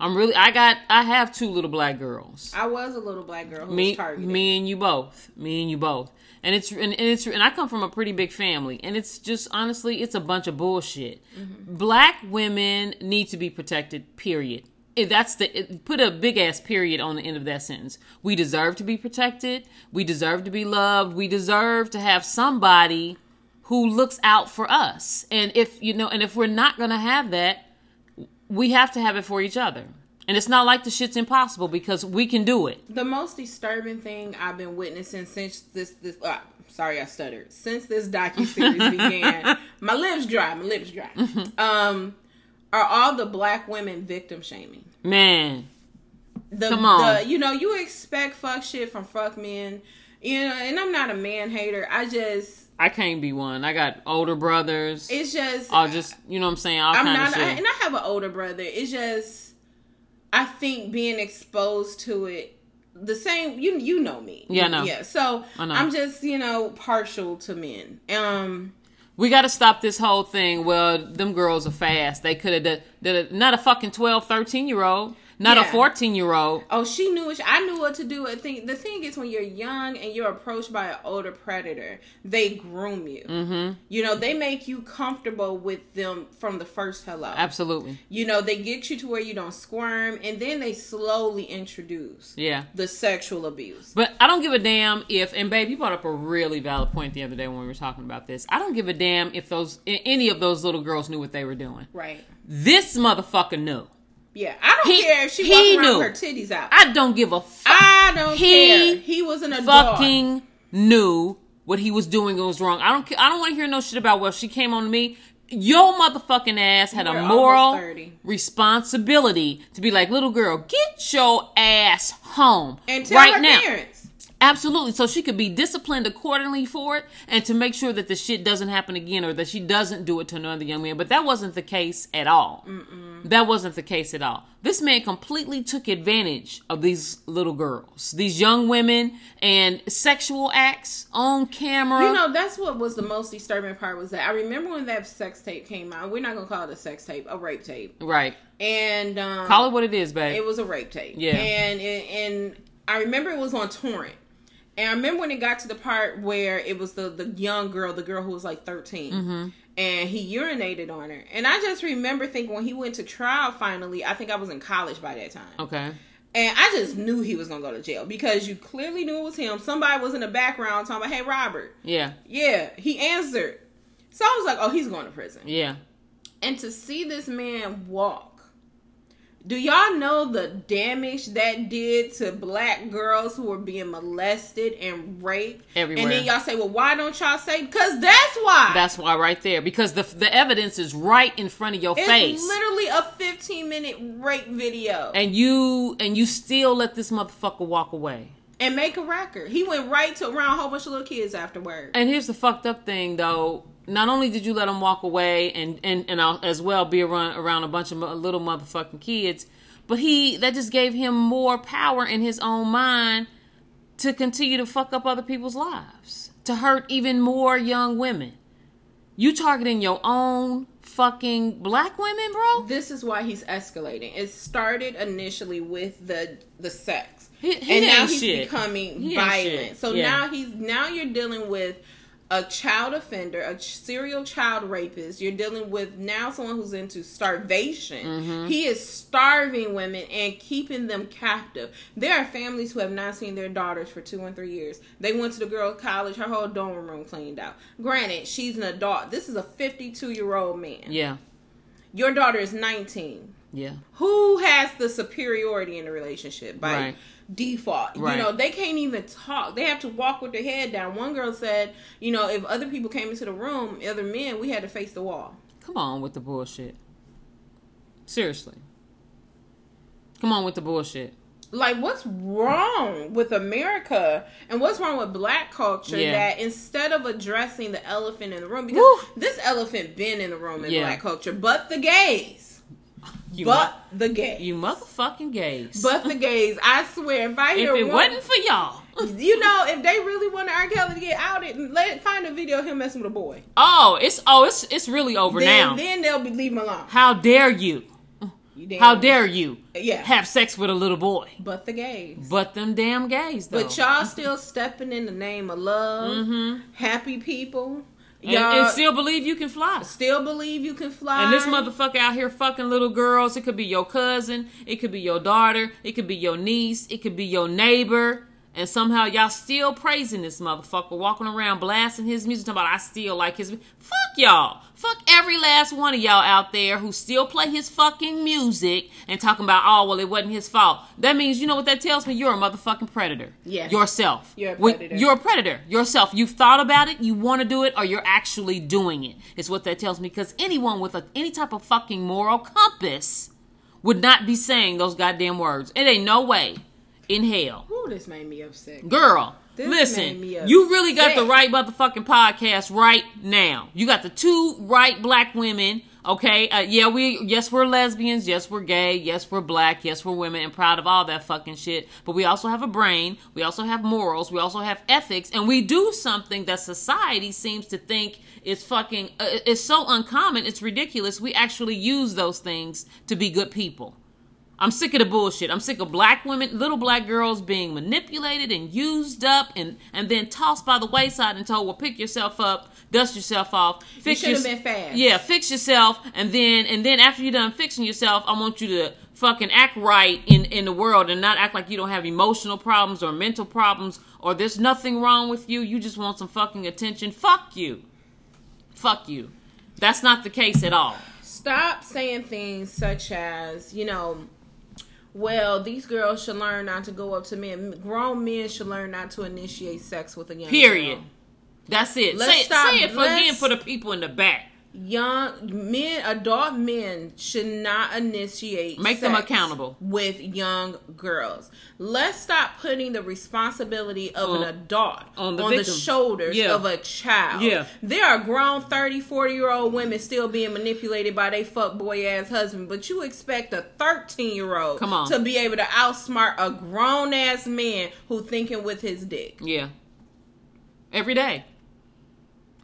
[SPEAKER 2] I'm really. I got. I have two little black girls.
[SPEAKER 1] I was a little black girl who was
[SPEAKER 2] me,
[SPEAKER 1] targeted.
[SPEAKER 2] me and you both. Me and you both. And it's and, and it's and I come from a pretty big family, and it's just honestly, it's a bunch of bullshit.
[SPEAKER 1] Mm-hmm.
[SPEAKER 2] Black women need to be protected. Period. If that's the it, put a big ass period on the end of that sentence. We deserve to be protected. We deserve to be loved. We deserve to have somebody who looks out for us. And if you know, and if we're not gonna have that, we have to have it for each other. And it's not like the shit's impossible because we can do it.
[SPEAKER 1] The most disturbing thing I've been witnessing since this this uh, sorry I stuttered since this docu series began. My lips dry. My lips dry.
[SPEAKER 2] Mm-hmm.
[SPEAKER 1] Um, are all the black women victim shaming?
[SPEAKER 2] Man,
[SPEAKER 1] the,
[SPEAKER 2] Come on.
[SPEAKER 1] the- you know you expect fuck shit from fuck men you know and i'm not a man hater i just
[SPEAKER 2] I can't be one. I got older brothers.
[SPEAKER 1] it's just
[SPEAKER 2] I'll just, you know what I'm saying? All
[SPEAKER 1] i'm
[SPEAKER 2] kind
[SPEAKER 1] not
[SPEAKER 2] of
[SPEAKER 1] I,
[SPEAKER 2] shit.
[SPEAKER 1] and i have an older brother it's just i think being exposed to it the same you you know me
[SPEAKER 2] Yeah, I know.
[SPEAKER 1] yeah so
[SPEAKER 2] I know.
[SPEAKER 1] i'm just you know partial to men um
[SPEAKER 2] we got to stop this whole thing. Well, them girls are fast. They could have done, did a, not a fucking 12, 13 year old, not a
[SPEAKER 1] Yeah.
[SPEAKER 2] 14 year old.
[SPEAKER 1] Oh, she knew what she, I knew what to do. I think the thing is when you're young and you're approached by an older predator, they groom you. Mm-hmm. You know, they make you comfortable with them from the first hello.
[SPEAKER 2] Absolutely.
[SPEAKER 1] You know, they get you to where you don't squirm, and then they slowly introduce
[SPEAKER 2] Yeah.
[SPEAKER 1] the sexual abuse.
[SPEAKER 2] But I don't give a damn if, and babe, you brought up a really valid point the other day when we were talking about this. I don't give a damn if those, a- any of those little girls knew what they were doing.
[SPEAKER 1] Right.
[SPEAKER 2] This motherfucker knew.
[SPEAKER 1] Yeah. I don't
[SPEAKER 2] He-
[SPEAKER 1] care if she
[SPEAKER 2] he
[SPEAKER 1] walking around
[SPEAKER 2] knew.
[SPEAKER 1] with her titties out. I,
[SPEAKER 2] I don't give a fuck.
[SPEAKER 1] don't
[SPEAKER 2] He
[SPEAKER 1] care. He was an adult.
[SPEAKER 2] fucking knew what he was doing was wrong. I don't. ca- I don't want to hear no shit about. Well, she came on me. Your motherfucking ass had
[SPEAKER 1] We're
[SPEAKER 2] a
[SPEAKER 1] almost
[SPEAKER 2] moral
[SPEAKER 1] 30.
[SPEAKER 2] responsibility to be like, little girl, get your ass home
[SPEAKER 1] and tell
[SPEAKER 2] right
[SPEAKER 1] her
[SPEAKER 2] now.
[SPEAKER 1] parents.
[SPEAKER 2] Absolutely. So she could be disciplined accordingly for it and to make sure that the shit doesn't happen again or that she doesn't do it to another young man. But that wasn't the case at all. Mm-mm. That wasn't the case at all. This man completely took advantage of these little girls, these young women, and sexual acts on camera.
[SPEAKER 1] You know, that's what was the most disturbing part was that I remember when that sex tape came out. We're not going to call it a sex tape, a rape tape.
[SPEAKER 2] right.
[SPEAKER 1] And um,
[SPEAKER 2] Call it what it is, babe.
[SPEAKER 1] it was a rape tape.
[SPEAKER 2] Yeah.
[SPEAKER 1] And, and I remember it was on Torrent. And I remember when it got to the part where it was the, the young girl, the girl who was like 13,
[SPEAKER 2] Mm-hmm.
[SPEAKER 1] and he urinated on her. And I just remember thinking when he went to trial finally, I think I was in college by that time.
[SPEAKER 2] okay.
[SPEAKER 1] And I just knew he was going to go to jail because you clearly knew it was him. Somebody was in the background talking about, hey, Robert.
[SPEAKER 2] Yeah.
[SPEAKER 1] Yeah, he answered. So I was like, oh, he's going to prison.
[SPEAKER 2] Yeah.
[SPEAKER 1] And to see this man walk, do y'all know the damage that did to black girls who were being molested and raped?
[SPEAKER 2] Everywhere.
[SPEAKER 1] And then y'all say, well, why don't y'all say? Because that's why.
[SPEAKER 2] That's why right there because the the evidence is right in front of your
[SPEAKER 1] it's
[SPEAKER 2] face.
[SPEAKER 1] literally a 15 minute rape video. And,
[SPEAKER 2] and you and you still let this motherfucker walk away.
[SPEAKER 1] make a record. He went right to around a whole bunch of little kids afterward.
[SPEAKER 2] And here's the fucked up thing, though. Not only did you let him walk away, and and and I'll, as well be around around a bunch of mo- little motherfucking kids, but he that just gave him more power in his own mind to continue to fuck up other people's lives, to hurt even more young women. You targeting your own fucking black women, bro.
[SPEAKER 1] this is why he's escalating. It started initially with the the sex,
[SPEAKER 2] He- he
[SPEAKER 1] and now
[SPEAKER 2] ain't
[SPEAKER 1] he's
[SPEAKER 2] shit.
[SPEAKER 1] becoming
[SPEAKER 2] He ain't
[SPEAKER 1] violent.
[SPEAKER 2] shit.
[SPEAKER 1] So
[SPEAKER 2] Yeah.
[SPEAKER 1] now he's now you're dealing with a child offender, a ch- serial child rapist. You're dealing with now someone who's into starvation.
[SPEAKER 2] Mm-hmm.
[SPEAKER 1] He is starving women and keeping them captive. There are families who have not seen their daughters for two and three years. They went to the girls' college. Her whole dorm room cleaned out. Granted, she's an adult. This is a 52 year old man.
[SPEAKER 2] Yeah,
[SPEAKER 1] Your daughter is 19
[SPEAKER 2] yeah.
[SPEAKER 1] who has the superiority in the relationship by
[SPEAKER 2] Right.
[SPEAKER 1] default
[SPEAKER 2] Right.
[SPEAKER 1] you know they can't even talk they have to walk with their head down one girl said you know if other people came into the room other men we had to face the wall
[SPEAKER 2] Come on with the bullshit. Seriously. Come on with the bullshit.
[SPEAKER 1] like what's wrong with america and what's wrong with black culture
[SPEAKER 2] Yeah.
[SPEAKER 1] that instead of addressing the elephant in the room because
[SPEAKER 2] Woo.
[SPEAKER 1] this elephant been in the room in
[SPEAKER 2] Yeah.
[SPEAKER 1] black culture but the gays
[SPEAKER 2] You
[SPEAKER 1] but the gays
[SPEAKER 2] You motherfucking gays.
[SPEAKER 1] but the gays i swear if i
[SPEAKER 2] if
[SPEAKER 1] hear
[SPEAKER 2] it
[SPEAKER 1] one
[SPEAKER 2] wasn't for y'all,
[SPEAKER 1] You know, if they really want R. Kelly to get outed, let find a video of him messing with a boy.
[SPEAKER 2] oh, it's oh, it's it's really over
[SPEAKER 1] Then,
[SPEAKER 2] now.
[SPEAKER 1] then they'll be leave him alone.
[SPEAKER 2] How dare you?
[SPEAKER 1] You damn-
[SPEAKER 2] How dare you
[SPEAKER 1] Yeah.
[SPEAKER 2] have sex with a little boy?
[SPEAKER 1] but the gays.
[SPEAKER 2] But them damn gays, though.
[SPEAKER 1] But y'all still stepping in the name of love, happy people.
[SPEAKER 2] Mm-hmm. and,
[SPEAKER 1] Y'all
[SPEAKER 2] and
[SPEAKER 1] still,
[SPEAKER 2] still believe you can fly.
[SPEAKER 1] believe you can fly.
[SPEAKER 2] And this motherfucker out here fucking little girls. It could be your cousin. It could be your daughter. It could be your niece. It could be your neighbor. And somehow y'all still praising this motherfucker, walking around blasting his music, talking about I still like his. mu-" Fuck y'all. Fuck every last one of y'all out there who still play his fucking music and talking about, oh, well, it wasn't his fault. That means, you know what that tells me? You're a motherfucking predator.
[SPEAKER 1] Yes.
[SPEAKER 2] Yourself.
[SPEAKER 1] You're a
[SPEAKER 2] When-
[SPEAKER 1] predator.
[SPEAKER 2] You're a predator yourself. You've thought about it, you want to do it, or you're actually doing it. Is what that tells me. Because anyone with a, any type of fucking moral compass would not be saying those goddamn words. It ain't no way in hell,
[SPEAKER 1] Ooh, this made me upset.
[SPEAKER 2] girl.
[SPEAKER 1] This made
[SPEAKER 2] listen,
[SPEAKER 1] me upset.
[SPEAKER 2] you really got the right motherfucking podcast right now. You got the two right black women. Okay, uh, yeah, we yes we're lesbians, yes we're gay, yes we're black, yes we're women, and proud of all that fucking shit. But we also have a brain, we also have morals, we also have ethics, and we do something that society seems to think is fucking uh, is so uncommon, it's ridiculous. We actually use those things to be good people. I'm sick of the bullshit. I'm sick of black women, little black girls being manipulated and used up and, and then tossed by the wayside and told, well, pick yourself up, dust yourself off, fix
[SPEAKER 1] should have
[SPEAKER 2] yours-
[SPEAKER 1] been fast.
[SPEAKER 2] Yeah, fix yourself, and then and then after you're done fixing yourself, I want you to fucking act right in in the world and not act like you don't have emotional problems or mental problems or there's nothing wrong with you. You just want some fucking attention. Fuck you, fuck you. That's not the case at all.
[SPEAKER 1] Stop saying things such as, you know, well, these girls should learn not to go up to men. Grown men should learn not to initiate sex with a young girl.
[SPEAKER 2] Period. That's it.
[SPEAKER 1] Let's
[SPEAKER 2] say,
[SPEAKER 1] stop-
[SPEAKER 2] say it for
[SPEAKER 1] let's-
[SPEAKER 2] again for the people in the back.
[SPEAKER 1] young men, adult men should not initiate
[SPEAKER 2] Make them
[SPEAKER 1] sex
[SPEAKER 2] accountable.
[SPEAKER 1] with young girls. Let's stop putting the responsibility of
[SPEAKER 2] On-
[SPEAKER 1] an adult
[SPEAKER 2] on the victim.
[SPEAKER 1] shoulders
[SPEAKER 2] Yeah.
[SPEAKER 1] of a child.
[SPEAKER 2] Yeah.
[SPEAKER 1] There are grown 30, 40 year old women still being manipulated by their fuckboy ass husband, but you expect a 13 year old
[SPEAKER 2] Come on.
[SPEAKER 1] to be able to outsmart a grown ass man who thinking with his dick.
[SPEAKER 2] Yeah. Every day.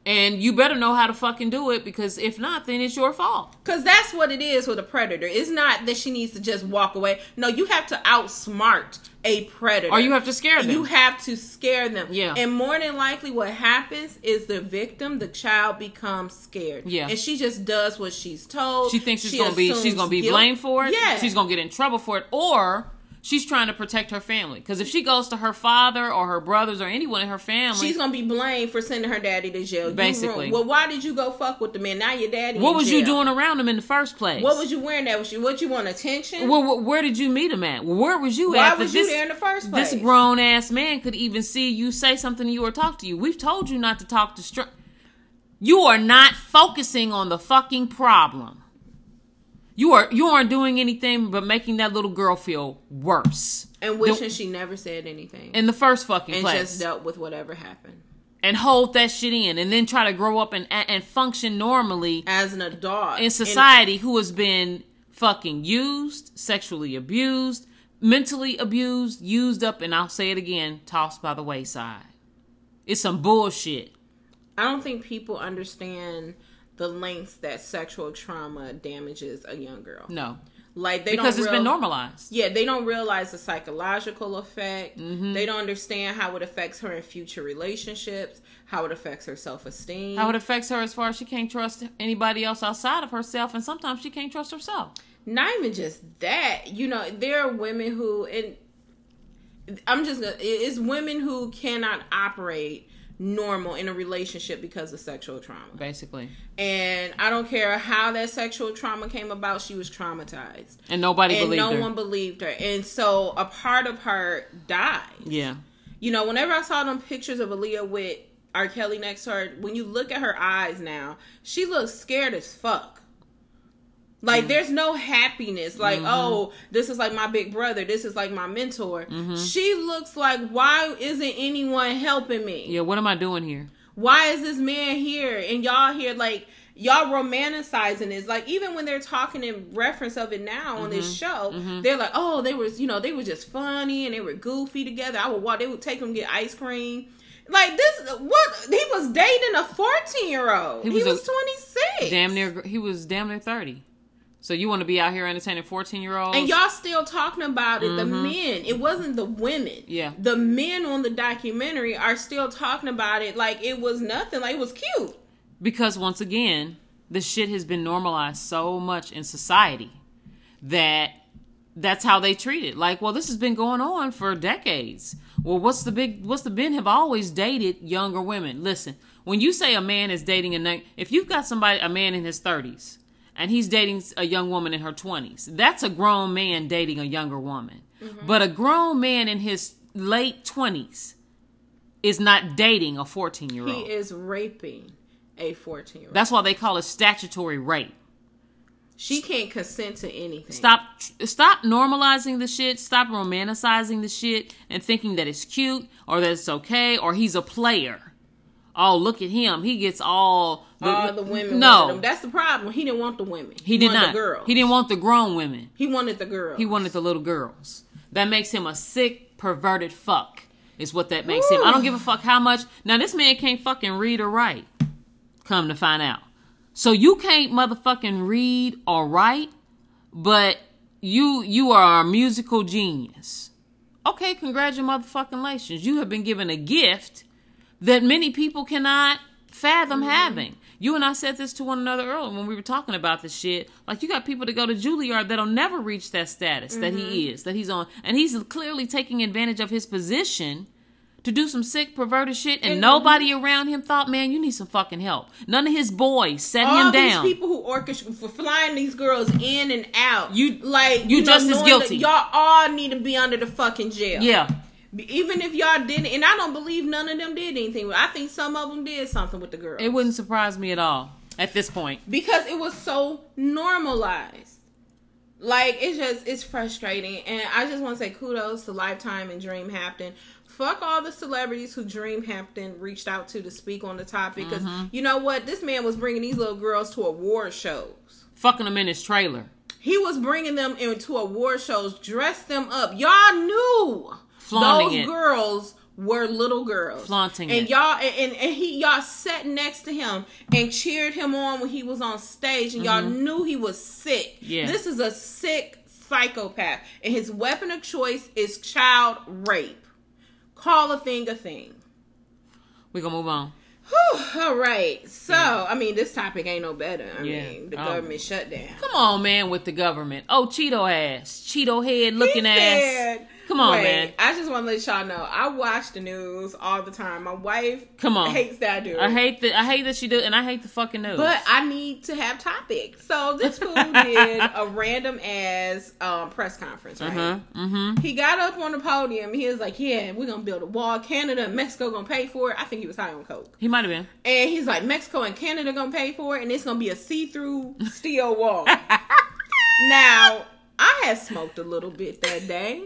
[SPEAKER 2] And you better know how to fucking do it because if not, then it's your fault.
[SPEAKER 1] Cause that's what it is with a predator. It's not that she needs to just walk away. No, you have to outsmart a predator.
[SPEAKER 2] Or you have to scare them.
[SPEAKER 1] You have to scare them.
[SPEAKER 2] Yeah.
[SPEAKER 1] And more than likely, what happens is the victim, the child, becomes scared.
[SPEAKER 2] Yeah.
[SPEAKER 1] And she just does what she's told.
[SPEAKER 2] she thinks she's
[SPEAKER 1] She
[SPEAKER 2] gonna be she's
[SPEAKER 1] assumes
[SPEAKER 2] gonna be
[SPEAKER 1] guilt.
[SPEAKER 2] blamed for it.
[SPEAKER 1] Yeah.
[SPEAKER 2] She's gonna get in trouble for it. Or she's trying to protect her family. Because if she goes to her father or her brothers or anyone in her family,
[SPEAKER 1] She's gonna be blamed for sending her daddy to jail. You
[SPEAKER 2] Basically.
[SPEAKER 1] ruined- well, why did you go fuck with the man? Now your daddy.
[SPEAKER 2] what
[SPEAKER 1] in
[SPEAKER 2] was you
[SPEAKER 1] jail.
[SPEAKER 2] doing around them in the first place?
[SPEAKER 1] What was you wearing? That was you. What you want attention?
[SPEAKER 2] Well, wh- where did you meet him at? Where was you
[SPEAKER 1] why
[SPEAKER 2] at? that
[SPEAKER 1] was you
[SPEAKER 2] this,
[SPEAKER 1] there in the first place?
[SPEAKER 2] this grown ass man could even see you say something to you or talk to you. We've told you not to talk to str You are not focusing on the fucking problem. You are you aren't doing anything but making that little girl feel worse
[SPEAKER 1] and wishing she never said anything.
[SPEAKER 2] in the first fucking
[SPEAKER 1] and
[SPEAKER 2] place.
[SPEAKER 1] just dealt with whatever happened
[SPEAKER 2] and hold that shit in and then try to grow up and and function normally
[SPEAKER 1] as an adult
[SPEAKER 2] in society who has been fucking used, sexually abused, mentally abused, used up, and I'll say it again, tossed by the wayside. It's some bullshit.
[SPEAKER 1] And I don't think people understand the lengths that sexual trauma damages a young girl.
[SPEAKER 2] No,
[SPEAKER 1] Like they
[SPEAKER 2] because
[SPEAKER 1] don't
[SPEAKER 2] it's
[SPEAKER 1] real-
[SPEAKER 2] been normalized.
[SPEAKER 1] Yeah, they don't realize the psychological effect.
[SPEAKER 2] Mm-hmm.
[SPEAKER 1] They don't understand how it affects her in future relationships, how it affects her self esteem.
[SPEAKER 2] How it affects her as far as she can't trust anybody else outside of herself, and sometimes she can't trust herself.
[SPEAKER 1] not even just that you know there are women who and i'm just gonna it- it's women who cannot operate normal in a relationship because of sexual trauma
[SPEAKER 2] Basically,
[SPEAKER 1] and i don't care how that sexual trauma came about she was traumatized
[SPEAKER 2] and nobody
[SPEAKER 1] and
[SPEAKER 2] believed
[SPEAKER 1] no
[SPEAKER 2] her.
[SPEAKER 1] one believed her and so a part of her died
[SPEAKER 2] yeah,
[SPEAKER 1] you know whenever i saw them pictures of Aaliyah with r kelly next to her when you look at her eyes now she looks scared as fuck like
[SPEAKER 2] Mm.
[SPEAKER 1] there's no happiness. Like,
[SPEAKER 2] Mm-hmm.
[SPEAKER 1] oh, this is like my big brother. This is like my mentor.
[SPEAKER 2] Mm-hmm.
[SPEAKER 1] She looks like, why isn't anyone helping me?
[SPEAKER 2] yeah. What am I doing here?
[SPEAKER 1] Why is this man here and y'all here? Like, y'all romanticizing this. Like, even when they're talking in reference of it now on
[SPEAKER 2] Mm-hmm.
[SPEAKER 1] this show, they're like, oh, they was, you know, they were just funny and they were goofy together. I would walk. They would take him get ice cream. Like this, what he was dating a fourteen year old. He
[SPEAKER 2] He
[SPEAKER 1] was,
[SPEAKER 2] was a-
[SPEAKER 1] twenty six.
[SPEAKER 2] Damn near, he was damn near thirty. So you want to be out here entertaining fourteen year olds?
[SPEAKER 1] And y'all still talking about it. The men, it wasn't the women.
[SPEAKER 2] Mm-hmm. Yeah.
[SPEAKER 1] The men on the documentary are still talking about it like it was nothing, like it was cute.
[SPEAKER 2] because once again the shit has been normalized so much in society that that's how they treat it like well this has been going on for decades well what's the big what's the men have always dated younger women listen when you say a man is dating a ni- if you've got somebody a man in his 30s and he's dating a young woman in her 20s that's a grown man dating a younger woman but a grown man in his late 20s is not dating a 14 year old
[SPEAKER 1] He is raping a 14 year old.
[SPEAKER 2] that's why they call it statutory rape.
[SPEAKER 1] She can't consent to anything.
[SPEAKER 2] Stop stop normalizing the shit, stop romanticizing the shit and thinking that it's cute or that it's okay or he's a player. Oh, look at him. He gets all the,
[SPEAKER 1] All the women wanted
[SPEAKER 2] No.
[SPEAKER 1] him. That's the problem. He didn't want the women.
[SPEAKER 2] He did
[SPEAKER 1] wanted
[SPEAKER 2] not.
[SPEAKER 1] The girl.
[SPEAKER 2] He didn't want the grown women.
[SPEAKER 1] He wanted the girl.
[SPEAKER 2] He wanted the little girls. That makes him a sick, perverted fuck. Is what that makes him. I don't give a fuck how much. Now this man can't fucking read or write. Come to find out. So you can't motherfucking read or write, but you you are a musical genius. Okay, congratulations. You have been given a gift that many people cannot fathom
[SPEAKER 1] Mm-hmm.
[SPEAKER 2] having. You and I said this to one another earlier when we were talking about this shit. Like you got people that go to Juilliard that'll never reach that status that
[SPEAKER 1] Mm-hmm.
[SPEAKER 2] he is, that he's on, and he's clearly taking advantage of his position to do some sick perverted shit. And,
[SPEAKER 1] And-
[SPEAKER 2] nobody around him thought, man, you need some fucking help. None of his boys set
[SPEAKER 1] all
[SPEAKER 2] him
[SPEAKER 1] these
[SPEAKER 2] down.
[SPEAKER 1] people who orchestrate for flying these girls in and out.
[SPEAKER 2] You-
[SPEAKER 1] like
[SPEAKER 2] you just as
[SPEAKER 1] knowing that
[SPEAKER 2] guilty.
[SPEAKER 1] Y'all all need to be under the fucking jail.
[SPEAKER 2] yeah,
[SPEAKER 1] Even if y'all didn't, and I don't believe none of them did anything. I think some of them did something with the girl.
[SPEAKER 2] it wouldn't surprise me at all. At this point,
[SPEAKER 1] because it was so normalized. Like it's just it's frustrating, and I just want to say kudos to Lifetime and Dream Hampton. Fuck all the celebrities who Dream Hampton reached out to to speak on the topic, because you know what? This man was bringing these little girls to award shows.
[SPEAKER 2] fucking them in his trailer.
[SPEAKER 1] He was bringing them into award shows, dressed them up. Y'all knew
[SPEAKER 2] Flaunting
[SPEAKER 1] those
[SPEAKER 2] it.
[SPEAKER 1] girls were little girls,
[SPEAKER 2] Flaunting
[SPEAKER 1] and
[SPEAKER 2] it.
[SPEAKER 1] y'all and, and he y'all sat next to him and cheered him on when he was on stage, and y'all knew he was sick.
[SPEAKER 2] Mm-hmm. Yeah.
[SPEAKER 1] this is a sick psychopath, and his weapon of choice is child rape. Call a thing a thing.
[SPEAKER 2] We're gonna move on.
[SPEAKER 1] Whew, all right, so I mean, this topic ain't no better. I
[SPEAKER 2] Yeah.
[SPEAKER 1] mean, the
[SPEAKER 2] Oh.
[SPEAKER 1] government shutdown.
[SPEAKER 2] Come on, man, with the government. Oh, Cheeto ass, Cheeto head looking
[SPEAKER 1] He
[SPEAKER 2] ass.
[SPEAKER 1] said-
[SPEAKER 2] Come on,
[SPEAKER 1] Wait,
[SPEAKER 2] man.
[SPEAKER 1] I just want to let y'all know I watch the news all the time. My wife
[SPEAKER 2] Come on.
[SPEAKER 1] hates that dude.
[SPEAKER 2] I hate that. I hate that she do, and I hate the fucking news.
[SPEAKER 1] but I need to have topics. So this fool did a random ass um, press conference, right?
[SPEAKER 2] uh-huh. Mm-hmm.
[SPEAKER 1] He got up on the podium. He was like, "Yeah, we're gonna build a wall. Canada and Mexico gonna pay for it." I think he was high on coke,
[SPEAKER 2] He might have been.
[SPEAKER 1] and he's like, "Mexico and Canada gonna pay for it, and it's gonna be a see-through steel wall." now, I had smoked a little bit that day.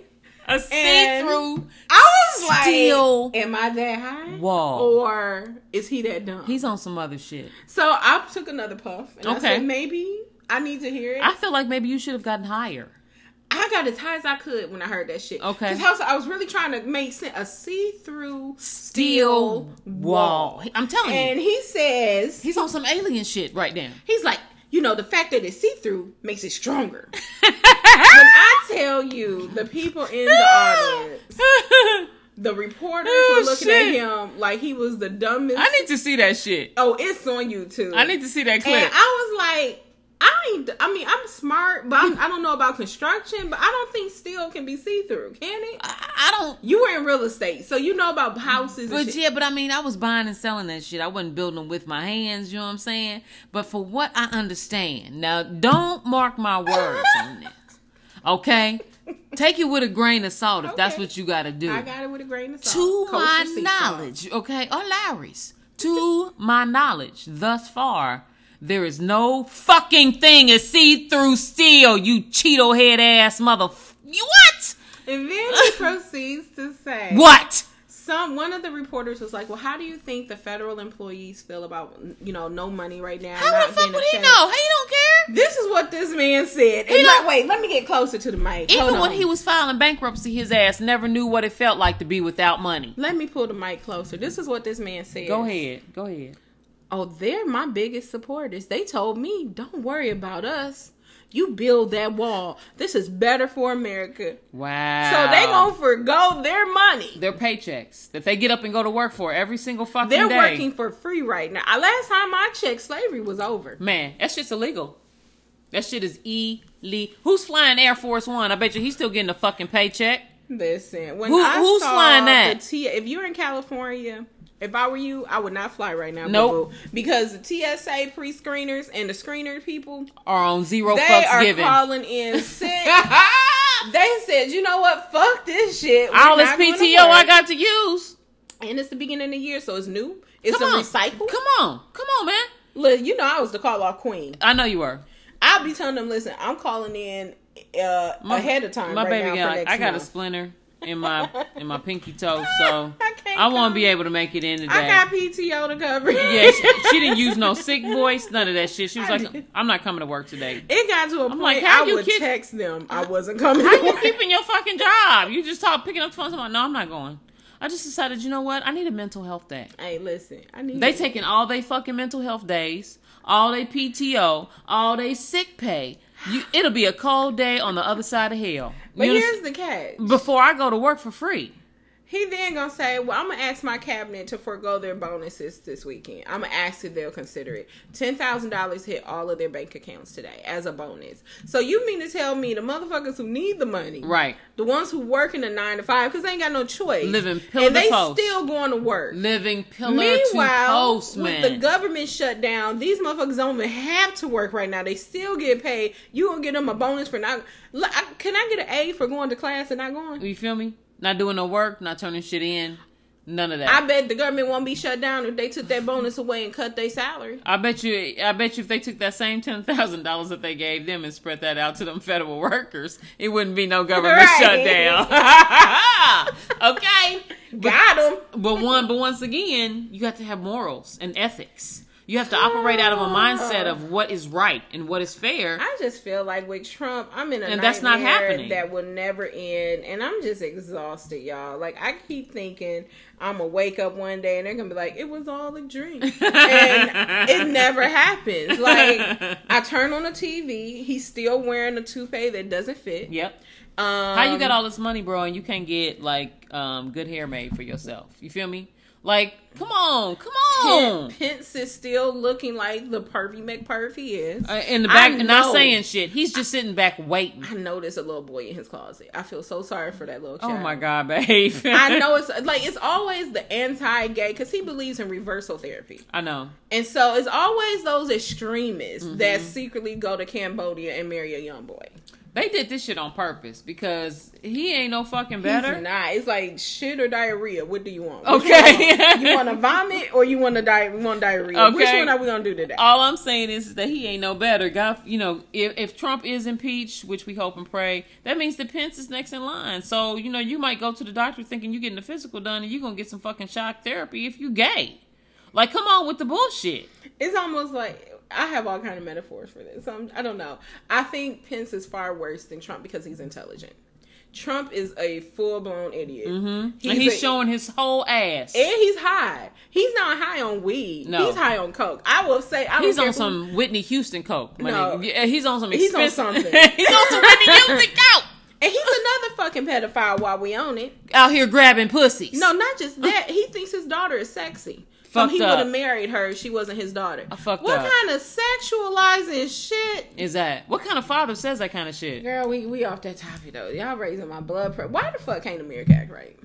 [SPEAKER 2] A see-through.
[SPEAKER 1] I was like,
[SPEAKER 2] Still
[SPEAKER 1] "Am I that high?
[SPEAKER 2] wall.
[SPEAKER 1] or is he that dumb?"
[SPEAKER 2] He's on some other shit.
[SPEAKER 1] so I took another puff, and I
[SPEAKER 2] Okay.
[SPEAKER 1] said, "Maybe I need to hear it."
[SPEAKER 2] I
[SPEAKER 1] I,
[SPEAKER 2] feel like maybe you should have gotten higher.
[SPEAKER 1] got as high as I could when I heard that shit.
[SPEAKER 2] Okay.
[SPEAKER 1] because I was really trying to make sense a see-through
[SPEAKER 2] Steel
[SPEAKER 1] steel
[SPEAKER 2] wall.
[SPEAKER 1] wall.
[SPEAKER 2] I'm telling
[SPEAKER 1] And
[SPEAKER 2] you,
[SPEAKER 1] he says,
[SPEAKER 2] he's on some alien shit right now.
[SPEAKER 1] he's like, you know, the fact that it's see-through makes it stronger. when I tell you, the people in the audience. The reporters
[SPEAKER 2] Oh,
[SPEAKER 1] were looking at
[SPEAKER 2] shit.
[SPEAKER 1] him like he was the dumbest
[SPEAKER 2] I need to see that shit.
[SPEAKER 1] Oh, it's on YouTube.
[SPEAKER 2] I need to see that clip.
[SPEAKER 1] And I was like, I ain't. I mean, I'm smart, but I'm, I don't know about construction. But I don't think steel can be see through, can it?
[SPEAKER 2] I, I don't.
[SPEAKER 1] You were in real estate, so you know about houses. And
[SPEAKER 2] But
[SPEAKER 1] shit.
[SPEAKER 2] yeah, but I mean, I was buying and selling that shit. I wasn't building them with my hands. You know what I'm saying? But for what I understand, now don't mark my words on this. Okay, take it with a grain of salt if that's
[SPEAKER 1] Okay.
[SPEAKER 2] what you got to do.
[SPEAKER 1] I got it with a grain of
[SPEAKER 2] to
[SPEAKER 1] salt. Coast
[SPEAKER 2] my
[SPEAKER 1] sea salt.
[SPEAKER 2] knowledge, okay, or Larry's. To my knowledge, thus far, there is no fucking thing as see-through steel. You Cheeto head ass mother. You what?
[SPEAKER 1] And then he proceeds to say,
[SPEAKER 2] What?
[SPEAKER 1] Some one of the reporters was like, "Well, how do you think the federal employees feel about you know no money right now?"
[SPEAKER 2] How
[SPEAKER 1] not
[SPEAKER 2] the fuck
[SPEAKER 1] being
[SPEAKER 2] would
[SPEAKER 1] a
[SPEAKER 2] he
[SPEAKER 1] pay?"
[SPEAKER 2] know? He don't care.
[SPEAKER 1] This is what this man said. And
[SPEAKER 2] don't-
[SPEAKER 1] like, wait, let me get closer to the mic.
[SPEAKER 2] Even
[SPEAKER 1] Hold
[SPEAKER 2] when
[SPEAKER 1] on.
[SPEAKER 2] he was filing bankruptcy, his ass never knew what it felt like to be without money.
[SPEAKER 1] Let me pull the mic closer. This is what this man said.
[SPEAKER 2] Go ahead. Go ahead.
[SPEAKER 1] Oh, they're my biggest supporters. They told me, don't worry about us. You build that wall. This is better for America.
[SPEAKER 2] Wow.
[SPEAKER 1] So they gonna forgo their money.
[SPEAKER 2] their paychecks that they get up and go to work for every single fucking
[SPEAKER 1] They're
[SPEAKER 2] day.
[SPEAKER 1] working for free right now. I- Last time I checked, slavery was over.
[SPEAKER 2] Man, that shit's illegal. That shit is illegal. Who's flying Air Force One? I bet you he's still getting a fucking paycheck.
[SPEAKER 1] Listen, when
[SPEAKER 2] Who-
[SPEAKER 1] I
[SPEAKER 2] who's
[SPEAKER 1] saw
[SPEAKER 2] flying that?
[SPEAKER 1] The T- if you're in California, if I were you, I would not fly right now.
[SPEAKER 2] Nope.
[SPEAKER 1] boo-boo. because the TSA pre-screeners and the screener people,
[SPEAKER 2] Or on zero
[SPEAKER 1] they
[SPEAKER 2] fucks
[SPEAKER 1] are
[SPEAKER 2] given.
[SPEAKER 1] calling in sick. they said, you know what? Fuck this shit. We're
[SPEAKER 2] All this
[SPEAKER 1] not gonna
[SPEAKER 2] PTO I
[SPEAKER 1] work."
[SPEAKER 2] got to use.
[SPEAKER 1] And it's the beginning of the year, so it's new. It's
[SPEAKER 2] Come
[SPEAKER 1] a
[SPEAKER 2] on.
[SPEAKER 1] recycle.
[SPEAKER 2] Come on. Come on, man.
[SPEAKER 1] Look, you know I was the call off queen.
[SPEAKER 2] I know you were.
[SPEAKER 1] I'll be telling them, listen, I'm calling in uh, ahead of time.
[SPEAKER 2] My
[SPEAKER 1] right
[SPEAKER 2] baby
[SPEAKER 1] now
[SPEAKER 2] got
[SPEAKER 1] for next
[SPEAKER 2] I got a
[SPEAKER 1] month.
[SPEAKER 2] splinter in my in my pinky toe, so
[SPEAKER 1] I can't
[SPEAKER 2] I won't be
[SPEAKER 1] come.
[SPEAKER 2] able to make it in today.
[SPEAKER 1] I got PTO to cover.
[SPEAKER 2] yeah, she, she didn't use no sick voice, none of that shit. She was
[SPEAKER 1] I
[SPEAKER 2] like,
[SPEAKER 1] did.
[SPEAKER 2] "I'm not coming to work today."
[SPEAKER 1] It got to a point
[SPEAKER 2] like, how
[SPEAKER 1] I
[SPEAKER 2] you
[SPEAKER 1] would
[SPEAKER 2] keep-
[SPEAKER 1] text them I wasn't coming.
[SPEAKER 2] How
[SPEAKER 1] to
[SPEAKER 2] you
[SPEAKER 1] work.
[SPEAKER 2] keeping your fucking job? You just talk picking up the phone. Somebody, no, I'm not going. I just decided, you know what? I need a mental health day.
[SPEAKER 1] Hey, listen, I need
[SPEAKER 2] They taking all they fucking mental health days, all they PTO, all they sick pay. You, it'll be a cold day on the other side of hell.
[SPEAKER 1] But
[SPEAKER 2] You
[SPEAKER 1] here's
[SPEAKER 2] understand?
[SPEAKER 1] the catch.
[SPEAKER 2] before I go to work for free.
[SPEAKER 1] He then gonna say, "Well, I'm gonna ask my cabinet to forego their bonuses this weekend. I'm gonna ask if they'll consider it. Ten thousand dollars hit all of their bank accounts today as a bonus. So you mean to tell me the motherfuckers who need the money,
[SPEAKER 2] Right.
[SPEAKER 1] The ones who work in the nine to five because they ain't got no choice,
[SPEAKER 2] Living pillar
[SPEAKER 1] and
[SPEAKER 2] to
[SPEAKER 1] they
[SPEAKER 2] post.
[SPEAKER 1] still going to work.
[SPEAKER 2] Living pillar to
[SPEAKER 1] Meanwhile,
[SPEAKER 2] post,
[SPEAKER 1] with
[SPEAKER 2] man.
[SPEAKER 1] the government shut down, these motherfuckers don't even have to work right now. They still get paid. You gonna get them a bonus for not? Look, I- Can I get an A for going to class and not going?
[SPEAKER 2] You feel me? Not doing no work, not turning shit in, None of that.
[SPEAKER 1] I bet the government won't be shut down if they took that bonus away and cut their salary.
[SPEAKER 2] I bet you. I bet you if they took that same ten thousand dollars that they gave them and spread that out to them federal workers, it wouldn't be no government
[SPEAKER 1] Right.
[SPEAKER 2] shutdown. okay,
[SPEAKER 1] Got them.
[SPEAKER 2] but one, but once again, you have to have morals and ethics. You have to operate out of a mindset of what is right and what is fair.
[SPEAKER 1] I just feel like with Trump, I'm in a
[SPEAKER 2] And
[SPEAKER 1] nightmare
[SPEAKER 2] that's not happening.
[SPEAKER 1] that will never end, and I'm just exhausted, y'all. Like I keep thinking I'm gonna wake up one day and they're gonna be like, "It was all a dream," and it never happens. Like I turn on the TV, he's still wearing a toupee that doesn't fit.
[SPEAKER 2] Yep.
[SPEAKER 1] Um,
[SPEAKER 2] How you got all this money, bro, and you can't get like um, good hair made for yourself? You feel me? Like, come on, come on.
[SPEAKER 1] Pence, Pence is still looking like the pervy McPerf he is.
[SPEAKER 2] Uh, in the back,
[SPEAKER 1] I
[SPEAKER 2] and not
[SPEAKER 1] know.
[SPEAKER 2] saying shit. He's just sitting back waiting.
[SPEAKER 1] I know there's a little boy in his closet. I feel so sorry for that little child.
[SPEAKER 2] Oh my god, babe.
[SPEAKER 1] I know it's like it's always the anti-gay because he believes in reversal therapy,
[SPEAKER 2] I know.
[SPEAKER 1] and so it's always those extremists
[SPEAKER 2] Mm-hmm.
[SPEAKER 1] that secretly go to Cambodia and marry a young boy.
[SPEAKER 2] They did this shit on purpose because he ain't no fucking
[SPEAKER 1] He's
[SPEAKER 2] better.
[SPEAKER 1] not. It's like shit or diarrhea. What do you want? Which
[SPEAKER 2] Okay.
[SPEAKER 1] one? you want to vomit or you want to di- want diarrhea? Which
[SPEAKER 2] Okay.
[SPEAKER 1] one are we gonna do today?
[SPEAKER 2] All I'm saying is that he ain't no better. God, you know, if, if Trump is impeached, which we hope and pray, that means the Pence is next in line. So, you know, you might go to the doctor thinking you're getting the physical done and you're going to get some fucking shock therapy if you gay. Like, come on with the bullshit.
[SPEAKER 1] it's almost like I have all kind of metaphors for this. I'm, I don't know. I think Pence is far worse than Trump because he's intelligent. Trump is a full blown idiot. Mm-hmm.
[SPEAKER 2] and he's showing his whole ass.
[SPEAKER 1] And he's high. He's not high on weed.
[SPEAKER 2] No.
[SPEAKER 1] He's high on coke. I will say. I don't
[SPEAKER 2] He's
[SPEAKER 1] care
[SPEAKER 2] on
[SPEAKER 1] who-
[SPEAKER 2] some Whitney Houston coke. My
[SPEAKER 1] No.
[SPEAKER 2] nigga. Yeah, He's on some
[SPEAKER 1] He's on
[SPEAKER 2] expensive.
[SPEAKER 1] something.
[SPEAKER 2] he's on some Whitney Houston coke.
[SPEAKER 1] And he's another fucking pedophile while we own it.
[SPEAKER 2] Out here grabbing pussies.
[SPEAKER 1] No, not just that. He thinks his daughter is sexy. So
[SPEAKER 2] Fucked
[SPEAKER 1] he
[SPEAKER 2] up.
[SPEAKER 1] would have married her if she wasn't his daughter.
[SPEAKER 2] I fucked
[SPEAKER 1] what
[SPEAKER 2] up.
[SPEAKER 1] kind of sexualizing shit?
[SPEAKER 2] is that? What kind of father says that kind of shit?
[SPEAKER 1] Girl, we, we off that topic though. Y'all raising my blood pressure. Why the fuck can't America act right?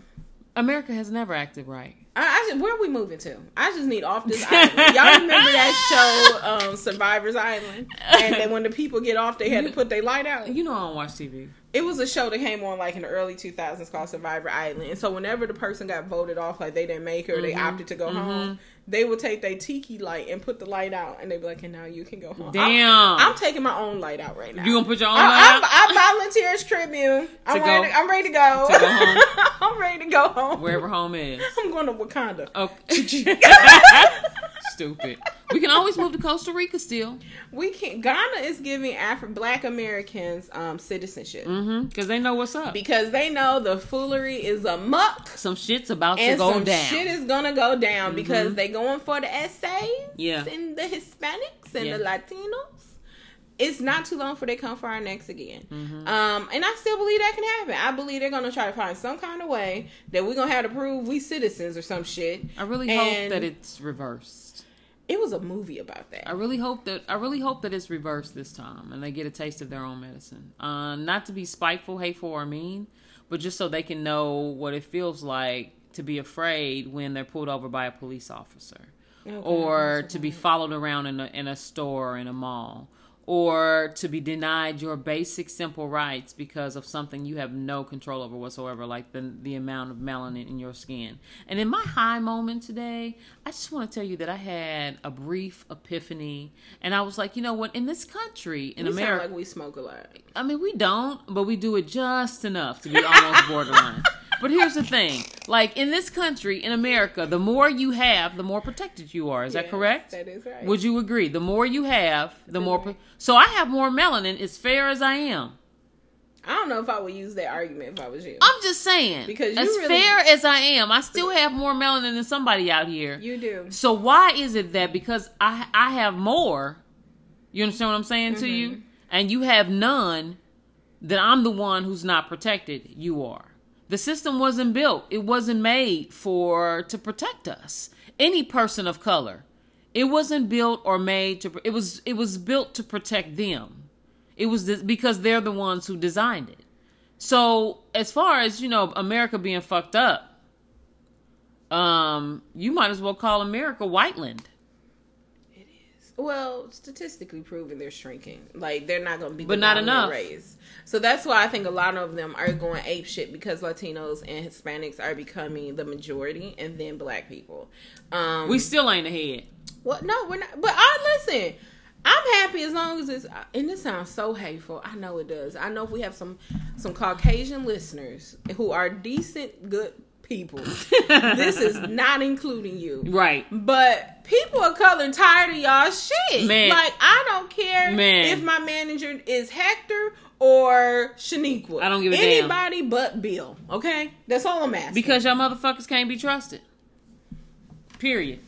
[SPEAKER 2] America has never acted right.
[SPEAKER 1] I, I just, where are we moving to? I just need off this island. Y'all remember that show, um, Survivors Island? And then when the people get off, they had to put their light out.
[SPEAKER 2] You know I don't watch TV.
[SPEAKER 1] it was a show that came on like in the early 2000s called Survivor Island. And so whenever the person got voted off, like they didn't make it or they
[SPEAKER 2] Mm-hmm.
[SPEAKER 1] opted to go home, they would take their tiki light and put the light out, and they'd be like, "And now you can go home."
[SPEAKER 2] Damn.
[SPEAKER 1] I'm, I'm taking my own light out right now.
[SPEAKER 2] You gonna put your own
[SPEAKER 1] I,
[SPEAKER 2] light out?
[SPEAKER 1] I, I volunteer as Tribune. I'm,
[SPEAKER 2] uh, go.
[SPEAKER 1] ready, I'm ready to go.
[SPEAKER 2] To go home.
[SPEAKER 1] I'm ready to go home.
[SPEAKER 2] Wherever home is.
[SPEAKER 1] I'm going to Wakanda.
[SPEAKER 2] Okay. Stupid. We can always move to Costa Rica still.
[SPEAKER 1] We can Ghana is giving Afro Black Americans um, citizenship
[SPEAKER 2] Mm-hmm. Because they know what's up.
[SPEAKER 1] because they know the foolery is a muck.
[SPEAKER 2] Some shit's about to
[SPEAKER 1] and
[SPEAKER 2] go
[SPEAKER 1] some
[SPEAKER 2] down. Mm-hmm.
[SPEAKER 1] shit is gonna go down because they going for the essays
[SPEAKER 2] Yeah.
[SPEAKER 1] and the Hispanics and
[SPEAKER 2] Yeah.
[SPEAKER 1] the Latinos. It's not too long before they come for our necks again.
[SPEAKER 2] Mm-hmm.
[SPEAKER 1] Um, and I still believe that can happen. I believe they're gonna try to find some kind of way that we're gonna have to prove we citizens or some shit.
[SPEAKER 2] I really hope
[SPEAKER 1] And-
[SPEAKER 2] that it's reversed.
[SPEAKER 1] It was a movie about that.
[SPEAKER 2] I really hope that I really hope that it's reversed this time and they get a taste of their own medicine. Uh, not to be spiteful, hateful, or mean, but just so they can know what it feels like to be afraid when they're pulled over by a police officer, or to be followed around in a, in a store or in a mall, or to be denied your basic simple rights because of something you have no control over whatsoever, like the the amount of melanin in your skin. And in my high moment today, I just want to tell you that I had a brief epiphany, and I was like, you know what? In this country, in
[SPEAKER 1] We sound
[SPEAKER 2] America,
[SPEAKER 1] like we smoke a lot.
[SPEAKER 2] I mean, we don't, but we do it just enough to be almost borderline. but here's the thing: like in this country, in America, the more you have, the more protected you are. Is that
[SPEAKER 1] Yes,
[SPEAKER 2] correct?
[SPEAKER 1] that is right.
[SPEAKER 2] Would you agree? The more you have, the more. Pro- so I have more melanin, as fair as I am.
[SPEAKER 1] I don't know if I would use that argument if I was you.
[SPEAKER 2] I'm just saying,
[SPEAKER 1] Because you
[SPEAKER 2] as
[SPEAKER 1] really-
[SPEAKER 2] fair as I am, I still have more melanin than somebody out here.
[SPEAKER 1] you do.
[SPEAKER 2] So why is it that because I I have more, you understand what I'm saying to you, and you have none, that I'm the one who's not protected. You are. The system wasn't built. It wasn't made for to protect us. Any person of color, it wasn't built or made to. It was it was built to protect them. It was this, because they're the ones who designed it. So as far as you know, America being fucked up, um, you might as well call America Whiteland.
[SPEAKER 1] It is. well statistically proven they're shrinking like they're not going to be
[SPEAKER 2] But
[SPEAKER 1] the
[SPEAKER 2] not
[SPEAKER 1] dominant
[SPEAKER 2] enough.
[SPEAKER 1] race so that's why i think a lot of them are going ape shit because latinos and hispanics are becoming the majority and then black people um
[SPEAKER 2] We still ain't ahead.
[SPEAKER 1] well, no, we're not. But I listen. I'm happy as long as it's. uh, And this sounds so hateful. I know it does. I know if we have some some Caucasian listeners who are decent, good people. this is not including you.
[SPEAKER 2] right.
[SPEAKER 1] But people of color tired of y'all shit.
[SPEAKER 2] Man.
[SPEAKER 1] Like I don't care
[SPEAKER 2] Man.
[SPEAKER 1] if my manager is Hector or Shaniqua.
[SPEAKER 2] I don't give a damn.
[SPEAKER 1] anybody but Bill. Okay, that's all I'm asking.
[SPEAKER 2] Because y'all motherfuckers can't be trusted. Period.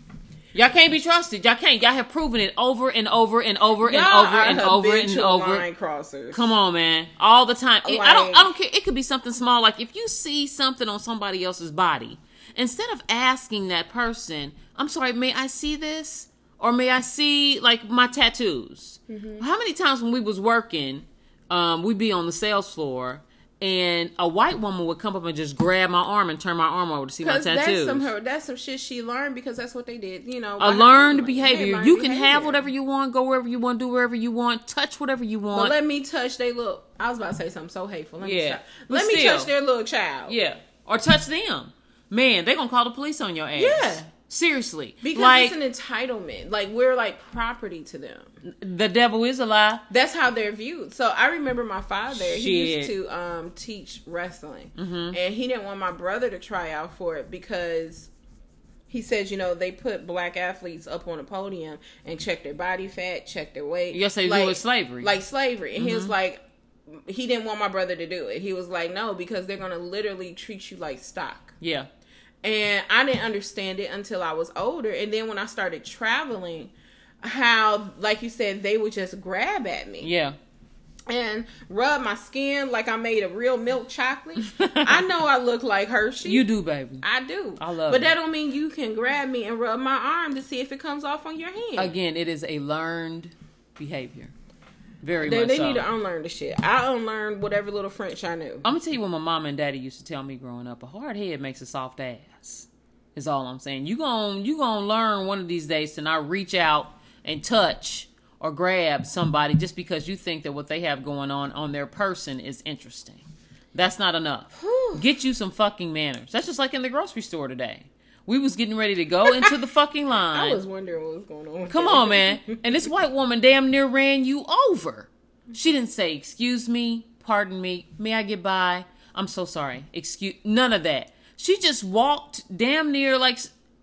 [SPEAKER 2] Y'all can't be trusted. Y'all can't. Y'all have proven it over and over and over and
[SPEAKER 1] Y'all
[SPEAKER 2] over
[SPEAKER 1] are
[SPEAKER 2] and over and
[SPEAKER 1] habitual
[SPEAKER 2] over.
[SPEAKER 1] line crossers.
[SPEAKER 2] Come on, man. All the time. It- I don't
[SPEAKER 1] Like-
[SPEAKER 2] I don't care. It could be something small like if you see something on somebody else's body, instead of asking that person, "I'm sorry, may I see this?" or "May I see like my tattoos?"
[SPEAKER 1] Mm-hmm.
[SPEAKER 2] How many times when we was working, um we'd be on the sales floor and a white woman would come up and just grab my arm and turn my arm over to see my
[SPEAKER 1] Because that's
[SPEAKER 2] tattoos.
[SPEAKER 1] some her, that's some shit she learned because that's what they did. You know,
[SPEAKER 2] a
[SPEAKER 1] why-
[SPEAKER 2] learned
[SPEAKER 1] yeah,
[SPEAKER 2] behavior.
[SPEAKER 1] learned
[SPEAKER 2] you can have
[SPEAKER 1] behavior.
[SPEAKER 2] whatever you want, go wherever you want, do wherever you want, touch whatever you
[SPEAKER 1] But
[SPEAKER 2] want.
[SPEAKER 1] let me touch their little. I was about to say something so hateful. Let me
[SPEAKER 2] Yeah.
[SPEAKER 1] stop.
[SPEAKER 2] But
[SPEAKER 1] Let me
[SPEAKER 2] still.
[SPEAKER 1] touch their little child.
[SPEAKER 2] Yeah. Or touch them. Man, they gonna call the police on your ass.
[SPEAKER 1] Yeah.
[SPEAKER 2] Seriously.
[SPEAKER 1] Because
[SPEAKER 2] like
[SPEAKER 1] it's an entitlement. Like we're like property to them.
[SPEAKER 2] the devil is a lie.
[SPEAKER 1] That's how they're viewed. So I remember my father. He used
[SPEAKER 2] Shit. Mm-hmm.
[SPEAKER 1] to um, teach wrestling, and he didn't want my brother to try out for it because he says, you know, they put black athletes up on a podium and check their body fat, check their weight.
[SPEAKER 2] Yes, they do
[SPEAKER 1] Like-
[SPEAKER 2] with slavery. Mm-hmm.
[SPEAKER 1] Like slavery. And he was like, he didn't want my brother to do it. He was like, no, because they're going to literally treat you like stock.
[SPEAKER 2] Yeah.
[SPEAKER 1] And I didn't understand it until I was older. And then when I started traveling, how, like you said, they would just grab at me
[SPEAKER 2] Yeah.
[SPEAKER 1] and rub my skin like I made a real milk chocolate. I know I look like Hershey.
[SPEAKER 2] You do, baby.
[SPEAKER 1] I do.
[SPEAKER 2] I love
[SPEAKER 1] But
[SPEAKER 2] it.
[SPEAKER 1] that don't mean you can grab me and rub my arm to see if it comes off on your hand.
[SPEAKER 2] Again, it is a learned behavior. Very
[SPEAKER 1] They,
[SPEAKER 2] much
[SPEAKER 1] they
[SPEAKER 2] so.
[SPEAKER 1] need to unlearn the shit. I unlearned whatever little French I knew.
[SPEAKER 2] I'm gonna tell you what my mom and daddy used to tell me growing up. A hard head makes a soft ass. Is all I'm saying. You gon' you gonna learn one of these days to not reach out and touch or grab somebody just because you think that what they have going on on their person is interesting. That's not enough.
[SPEAKER 1] Whew.
[SPEAKER 2] Get you some fucking manners. That's just like in the grocery store today. We was getting ready to go into the fucking line.
[SPEAKER 1] I was wondering what was going on.
[SPEAKER 2] Come on, man. And this white woman damn near ran you over. She didn't say, Excuse me, pardon me, may I get by? I'm so sorry. Excuse none of that. She just walked damn near like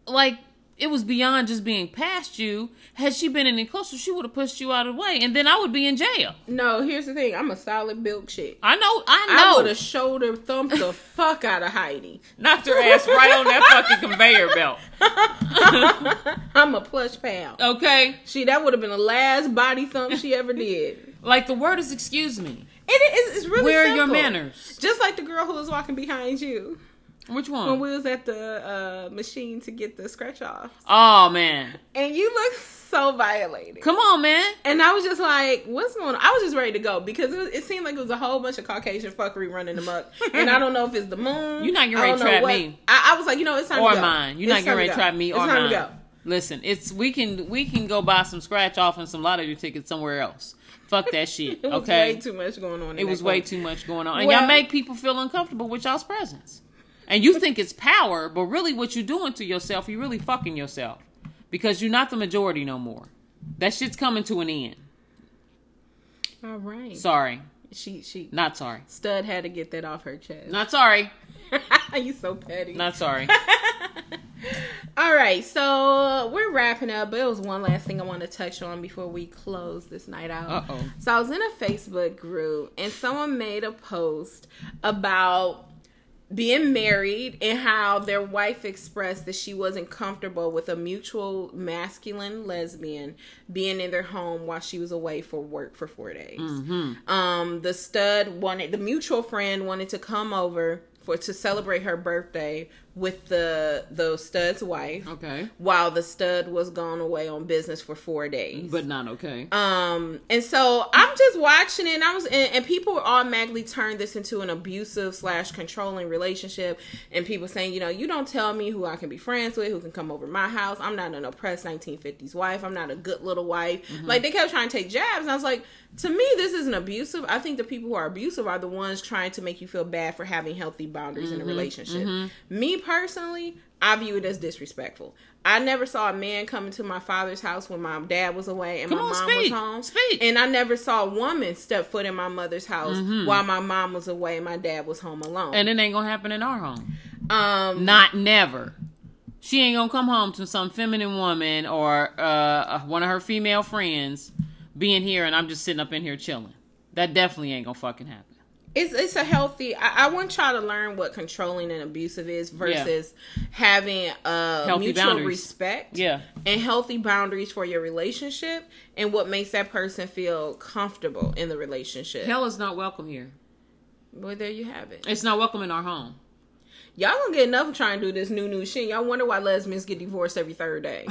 [SPEAKER 2] like it was beyond just being past you. Had she been any closer, she would have pushed you out of the way, and then I would be in jail.
[SPEAKER 1] No, here's the thing. I'm a solid built chick.
[SPEAKER 2] I know,
[SPEAKER 1] I
[SPEAKER 2] I
[SPEAKER 1] would
[SPEAKER 2] know.
[SPEAKER 1] have shoulder thumped the fuck out of Heidi.
[SPEAKER 2] knocked her ass right on that fucking conveyor belt.
[SPEAKER 1] I'm a plush pal.
[SPEAKER 2] Uh, Okay,
[SPEAKER 1] She that would have been the last body thump she ever did. And
[SPEAKER 2] like the word is excuse me.
[SPEAKER 1] it is it's really
[SPEAKER 2] Where are your
[SPEAKER 1] simple.
[SPEAKER 2] manners?
[SPEAKER 1] Just like the girl who was walking behind you
[SPEAKER 2] Which
[SPEAKER 1] when
[SPEAKER 2] one?
[SPEAKER 1] we was at the uh, machine to get the scratch off,
[SPEAKER 2] oh man,
[SPEAKER 1] and you look so violated.
[SPEAKER 2] come on, man.
[SPEAKER 1] And I was just like, what's going on? I was just ready to go because it, was, it seemed like it was a whole bunch of Caucasian fuckery running amok. and I don't know if it's the moon.
[SPEAKER 2] You're not getting
[SPEAKER 1] I
[SPEAKER 2] ready
[SPEAKER 1] don't
[SPEAKER 2] to
[SPEAKER 1] know
[SPEAKER 2] trap
[SPEAKER 1] what-
[SPEAKER 2] me.
[SPEAKER 1] I, I was like, you know, it's time
[SPEAKER 2] or
[SPEAKER 1] to go.
[SPEAKER 2] mine.
[SPEAKER 1] It's
[SPEAKER 2] You're not
[SPEAKER 1] time
[SPEAKER 2] getting ready to
[SPEAKER 1] go.
[SPEAKER 2] try me
[SPEAKER 1] It's
[SPEAKER 2] or
[SPEAKER 1] time
[SPEAKER 2] mine.
[SPEAKER 1] To go.
[SPEAKER 2] Listen, it's we can we can go buy some scratch off and some lottery tickets somewhere else. Fuck that shit.
[SPEAKER 1] It was
[SPEAKER 2] okay,
[SPEAKER 1] way too much going on. in
[SPEAKER 2] it was
[SPEAKER 1] that
[SPEAKER 2] way
[SPEAKER 1] club.
[SPEAKER 2] too much going on, and
[SPEAKER 1] Well-
[SPEAKER 2] y'all make people feel uncomfortable with y'all's presence. And you think it's power, but really, what you're doing to yourself, you're really fucking yourself because you're not the majority no more. That shit's coming to an end.
[SPEAKER 1] All right.
[SPEAKER 2] Sorry,
[SPEAKER 1] she she
[SPEAKER 2] not sorry,
[SPEAKER 1] Stud had to get that off her chest.
[SPEAKER 2] not sorry,
[SPEAKER 1] you so petty.
[SPEAKER 2] not sorry.
[SPEAKER 1] All right, so we're wrapping up, but it was one last thing I want to touch on before we close this night out.
[SPEAKER 2] Uh oh.
[SPEAKER 1] So I was in a Facebook group and someone made a post about being married and how their wife expressed that she wasn't comfortable with a mutual masculine lesbian being in their home while she was away for work for four days. Um, the stud wanted the mutual friend wanted to come over for to celebrate her birthday with the the stud's wife
[SPEAKER 2] Okay.
[SPEAKER 1] while the stud was gone away on business for four days.
[SPEAKER 2] But not okay.
[SPEAKER 1] Um, and so I'm just watching it, and I was, and, and people automatically turned this into an abusive slash controlling relationship, and people saying, you know, you don't tell me who I can be friends with, who can come over my house. I'm not an oppressed 1950s wife. I'm not a good little wife. Like they kept trying to take jabs, and I was like, to me, this isn't abusive. I think the people who are abusive are the ones trying to make you feel bad for having healthy boundaries in a relationship. Me personally, I view it as disrespectful. I never saw a man come into my father's house when my dad was away and
[SPEAKER 2] Come
[SPEAKER 1] my
[SPEAKER 2] on,
[SPEAKER 1] mom
[SPEAKER 2] speak.
[SPEAKER 1] was home.
[SPEAKER 2] Speak.
[SPEAKER 1] And I never saw a woman step foot in my mother's house while my mom was away and my dad was home alone.
[SPEAKER 2] Mm-hmm. And it ain't gonna happen in our home.
[SPEAKER 1] um
[SPEAKER 2] Not never. She ain't gonna come home to some feminine woman or uh, uh, one of her female friends being here, and I'm just sitting up in here chilling. That definitely ain't gonna fucking happen.
[SPEAKER 1] it's it's a healthy I, I want y'all to learn what controlling and abusive is versus having a
[SPEAKER 2] Healthy
[SPEAKER 1] mutual
[SPEAKER 2] boundaries.
[SPEAKER 1] respect
[SPEAKER 2] Yeah.
[SPEAKER 1] and healthy boundaries for your relationship and what makes that person feel comfortable in the relationship.
[SPEAKER 2] Hell is not welcome here.
[SPEAKER 1] well there you have it.
[SPEAKER 2] It's not welcome in our home.
[SPEAKER 1] Y'all gonna get enough of trying to do this new new shit. Y'all wonder why lesbians get divorced every third day.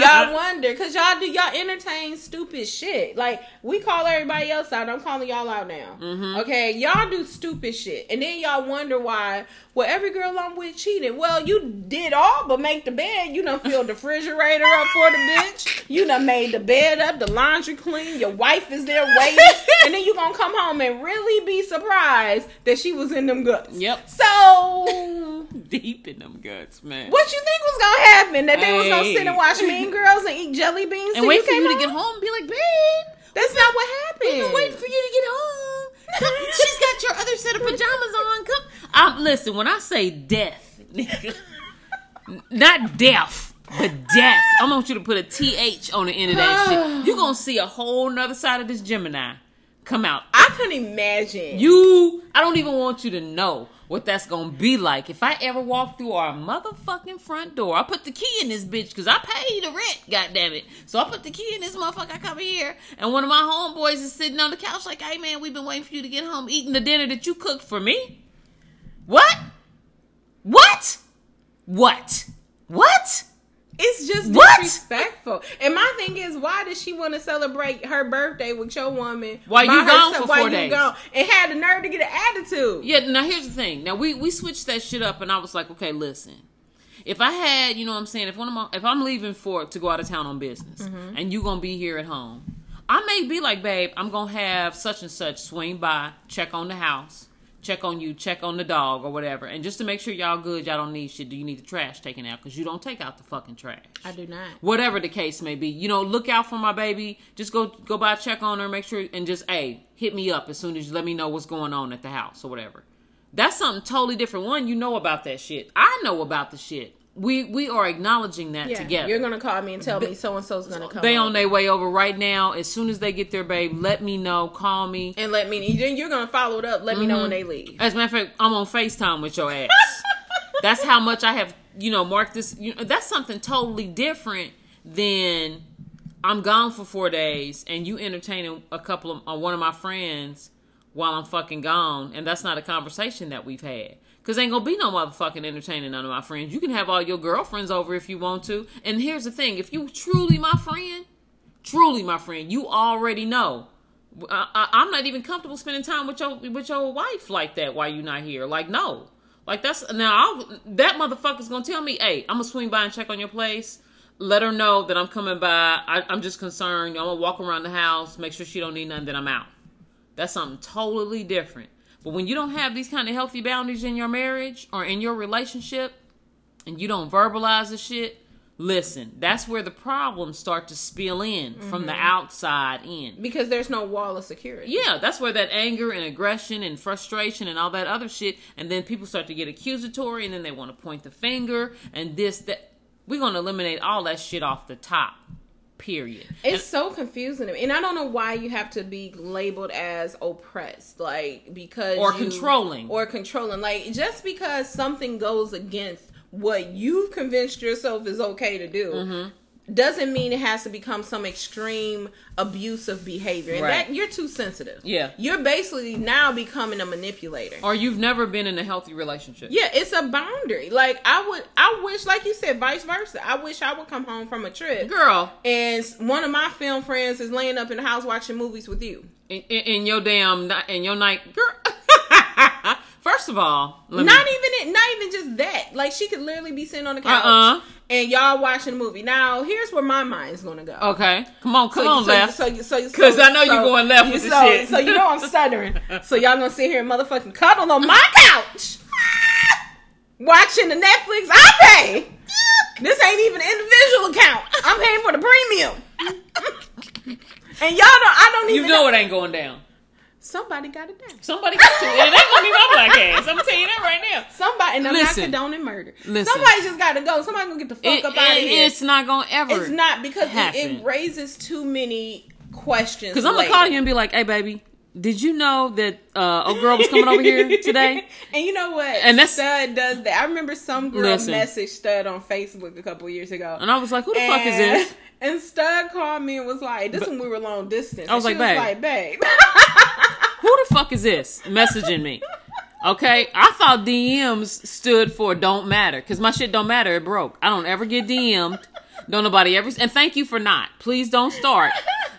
[SPEAKER 1] y'all wonder because y'all do y'all entertain stupid shit like we call everybody else out i'm calling y'all out now okay y'all do stupid shit and then y'all wonder why well every girl i'm with cheated well you did all but make the bed you done filled the refrigerator up for the bitch you done made the bed up the laundry clean your wife is there waiting and then you gonna come home and really be surprised that she was in them guts
[SPEAKER 2] Yep.
[SPEAKER 1] so
[SPEAKER 2] Deep in them guts, man.
[SPEAKER 1] what you think was gonna happen? That they was gonna sit and
[SPEAKER 2] Hey.
[SPEAKER 1] watch Mean Girls and eat jelly beans
[SPEAKER 2] And
[SPEAKER 1] till
[SPEAKER 2] wait
[SPEAKER 1] you
[SPEAKER 2] for
[SPEAKER 1] came
[SPEAKER 2] you
[SPEAKER 1] home?
[SPEAKER 2] to get home and be like, babe,
[SPEAKER 1] That's not what happened.
[SPEAKER 2] I've been waiting for you to get home. Come, she's got your other set of pajamas on. Come, I'm listen. When I say death, nigga, not death, but death. I want you to put a th on the end of that shit. You gonna see a whole nother side of this Gemini come out.
[SPEAKER 1] I couldn't imagine.
[SPEAKER 2] You, I don't even want you to know what that's gonna be like. If I ever walk through our motherfucking front door, I put the key in this bitch because I pay the rent, goddammit. So I put the key in this motherfucker. I come here, and one of my homeboys is sitting on the couch like, "Hey man, we've been waiting for you to get home, eating the dinner that you cooked for me." What? What? What? What?
[SPEAKER 1] it's just
[SPEAKER 2] What?
[SPEAKER 1] disrespectful. And my thing is, why does she want to celebrate her birthday with your woman
[SPEAKER 2] While you
[SPEAKER 1] by
[SPEAKER 2] gone
[SPEAKER 1] herself-
[SPEAKER 2] for
[SPEAKER 1] while
[SPEAKER 2] four
[SPEAKER 1] you
[SPEAKER 2] days?
[SPEAKER 1] gone? and had the nerve to get an attitude?
[SPEAKER 2] Yeah, now here's the thing. Now we we switched that shit up and I was like, okay, listen. If I had, you know what I'm saying, if one of my if I'm leaving for to go out of town on business and you gonna be here at home, I may be like, babe, I'm gonna have such and such swing by, check on the house, check on you, check on the dog or whatever, and just to make sure y'all good, y'all don't need shit. Do you need the trash taken out? Because you don't take out the fucking trash
[SPEAKER 1] I do not.
[SPEAKER 2] whatever the case may be. You know, look out for my baby. Just go go by check on her, make sure and just hey, hit me up as soon as you let me know what's going on at the house or whatever. That's something totally different. One, you know about that shit. I know about the shit. We we are acknowledging that
[SPEAKER 1] Yeah,
[SPEAKER 2] together.
[SPEAKER 1] you're gonna call me and tell me so and so's gonna come.
[SPEAKER 2] they
[SPEAKER 1] over.
[SPEAKER 2] on their way over right now. As soon as they get there, babe, let me know. Call me.
[SPEAKER 1] and let me. Then you're gonna follow it up. Let me know
[SPEAKER 2] Mm-hmm.
[SPEAKER 1] when they leave.
[SPEAKER 2] As a matter of fact, I'm on FaceTime with your ass. that's how much I have, you know, marked this. You know, that's something totally different than I'm gone for four days and you entertaining a couple of uh, one of my friends while I'm fucking gone, and that's not a conversation that we've had. Cause ain't gonna be no motherfucking entertaining none of my friends. You can have all your girlfriends over if you want to. And here's the thing: if you truly my friend, truly my friend, you already know. I, I, I'm not even comfortable spending time with your with your wife like that while you're not here. Like no, like that's now I'll, that motherfucker's gonna tell me, hey, I'm gonna swing by and check on your place. Let her know that I'm coming by. I, I'm just concerned. I'm gonna walk around the house, make sure she don't need nothing. Then I'm out. That's something totally different. But when you don't have these kind of healthy boundaries in your marriage or in your relationship, and you don't verbalize the shit, listen, that's where the problems start to spill in from the
[SPEAKER 1] Mm-hmm.
[SPEAKER 2] outside in.
[SPEAKER 1] Because there's no wall of security.
[SPEAKER 2] Yeah, that's where that anger and aggression and frustration and all that other shit, and then people start to get accusatory, and then they want to point the finger and this that. We're gonna eliminate all that shit off the top. Period.
[SPEAKER 1] It's so confusing, to me. and I don't know why you have to be labeled as oppressed, like because
[SPEAKER 2] Or
[SPEAKER 1] you-
[SPEAKER 2] controlling.
[SPEAKER 1] or controlling. Like just because something goes against what you've convinced yourself is okay to do,
[SPEAKER 2] Mm-hmm.
[SPEAKER 1] doesn't mean it has to become some extreme abusive behavior. And
[SPEAKER 2] Right.
[SPEAKER 1] that you're too sensitive.
[SPEAKER 2] Yeah.
[SPEAKER 1] You're basically now becoming a manipulator.
[SPEAKER 2] Or you've never been in a healthy relationship.
[SPEAKER 1] Yeah, it's a boundary. Like I would I wish like you said vice versa. I wish I would come home from a trip
[SPEAKER 2] Girl,
[SPEAKER 1] and s- one of my film friends is laying up in the house watching movies with you.
[SPEAKER 2] in, in, in your damn, ni- in your night, girl. First of all, let
[SPEAKER 1] Not
[SPEAKER 2] me,
[SPEAKER 1] even it, not even just that. Like she could literally be sitting on the couch
[SPEAKER 2] Uh-uh.
[SPEAKER 1] and y'all watching a movie. Now, here's where my mind's going to go.
[SPEAKER 2] Okay, come on, come
[SPEAKER 1] so,
[SPEAKER 2] on,
[SPEAKER 1] so,
[SPEAKER 2] left.
[SPEAKER 1] So, so, so,
[SPEAKER 2] 'Cause I know you going left with
[SPEAKER 1] so,
[SPEAKER 2] this shit.
[SPEAKER 1] So you know I'm stuttering. so y'all gonna sit here and motherfucking cuddle on my couch, watching the Netflix I pay. This ain't even an individual account. I'm paying for the premium. and y'all don't. I don't even.
[SPEAKER 2] you know it ain't going down.
[SPEAKER 1] Somebody got it down.
[SPEAKER 2] Somebody got to. And that's gonna be my black ass. I'm telling you that right now.
[SPEAKER 1] Somebody and I'm
[SPEAKER 2] Listen.
[SPEAKER 1] not condoning murder.
[SPEAKER 2] Listen.
[SPEAKER 1] Somebody just got to go. Somebody gonna get the fuck
[SPEAKER 2] It-
[SPEAKER 1] up out of
[SPEAKER 2] it-
[SPEAKER 1] here.
[SPEAKER 2] It's not gonna ever.
[SPEAKER 1] It's not because it,
[SPEAKER 2] happen.
[SPEAKER 1] it raises too many questions.
[SPEAKER 2] Because I'm gonna
[SPEAKER 1] later.
[SPEAKER 2] call you and be like, "Hey, baby, did you know that uh, a girl was coming over here today?"
[SPEAKER 1] and you know what?
[SPEAKER 2] And that's-
[SPEAKER 1] Stud does that. I remember some girl
[SPEAKER 2] Listen.
[SPEAKER 1] messaged Stud on Facebook a couple years ago.
[SPEAKER 2] And I was like, "Who the fuck is this?"
[SPEAKER 1] And Stud called me and was like, "This when we were long distance." I
[SPEAKER 2] was
[SPEAKER 1] and
[SPEAKER 2] like,
[SPEAKER 1] she
[SPEAKER 2] "Babe."
[SPEAKER 1] was like, "Babe,
[SPEAKER 2] Who the fuck is this messaging me? Okay, I thought DMs stood for don't matter because my shit don't matter. It broke. I don't ever get DM'd. Don't nobody ever. And thank you for not. Please don't start.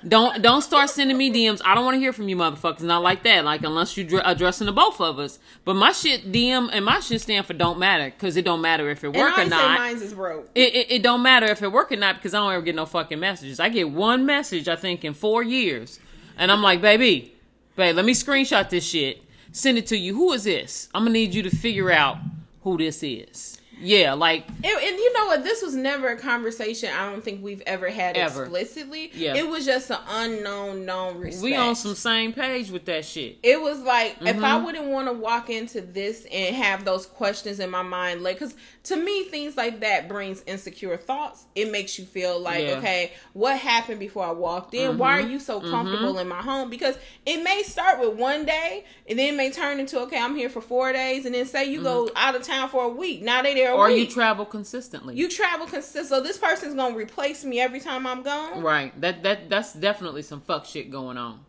[SPEAKER 2] Don't don't start sending me DMs. I don't want to hear from you motherfuckers. Not like that. Like unless you dr- addressing the both of us. But my shit DM and my shit stand for don't matter because it don't matter if it
[SPEAKER 1] and
[SPEAKER 2] work
[SPEAKER 1] I
[SPEAKER 2] or
[SPEAKER 1] ain't
[SPEAKER 2] not.
[SPEAKER 1] say mine's is broke."
[SPEAKER 2] it, it, it don't matter if it work or not because I don't ever get no fucking messages. I get one message, I think, in four years. And I'm like, baby, babe, let me screenshot this shit, send it to you. Who is this? I'm going to need you to figure out who this is. Yeah, like,
[SPEAKER 1] It- and you know what? This was never a conversation. I don't think we've ever had
[SPEAKER 2] Ever.
[SPEAKER 1] explicitly.
[SPEAKER 2] Yeah.
[SPEAKER 1] It was just an unknown, known respect.
[SPEAKER 2] we on some Mm-hmm. same page with that shit.
[SPEAKER 1] it was like if I wouldn't want to walk into this and have those questions in my mind, like because to me things like that brings insecure thoughts. It makes you feel like,
[SPEAKER 2] Yeah. Mm-hmm.
[SPEAKER 1] okay, what happened before I walked in? Why are you so comfortable in my home? Because it may start with one day, and then it may turn into okay, I'm here for four days, and then say you go out of town for a week. Now they there a
[SPEAKER 2] Mm-hmm. Or you
[SPEAKER 1] week.
[SPEAKER 2] travel consistently.
[SPEAKER 1] you travel consist. So this person's gonna replace me every time I'm gone.
[SPEAKER 2] right. That, that That's definitely some fuck shit going on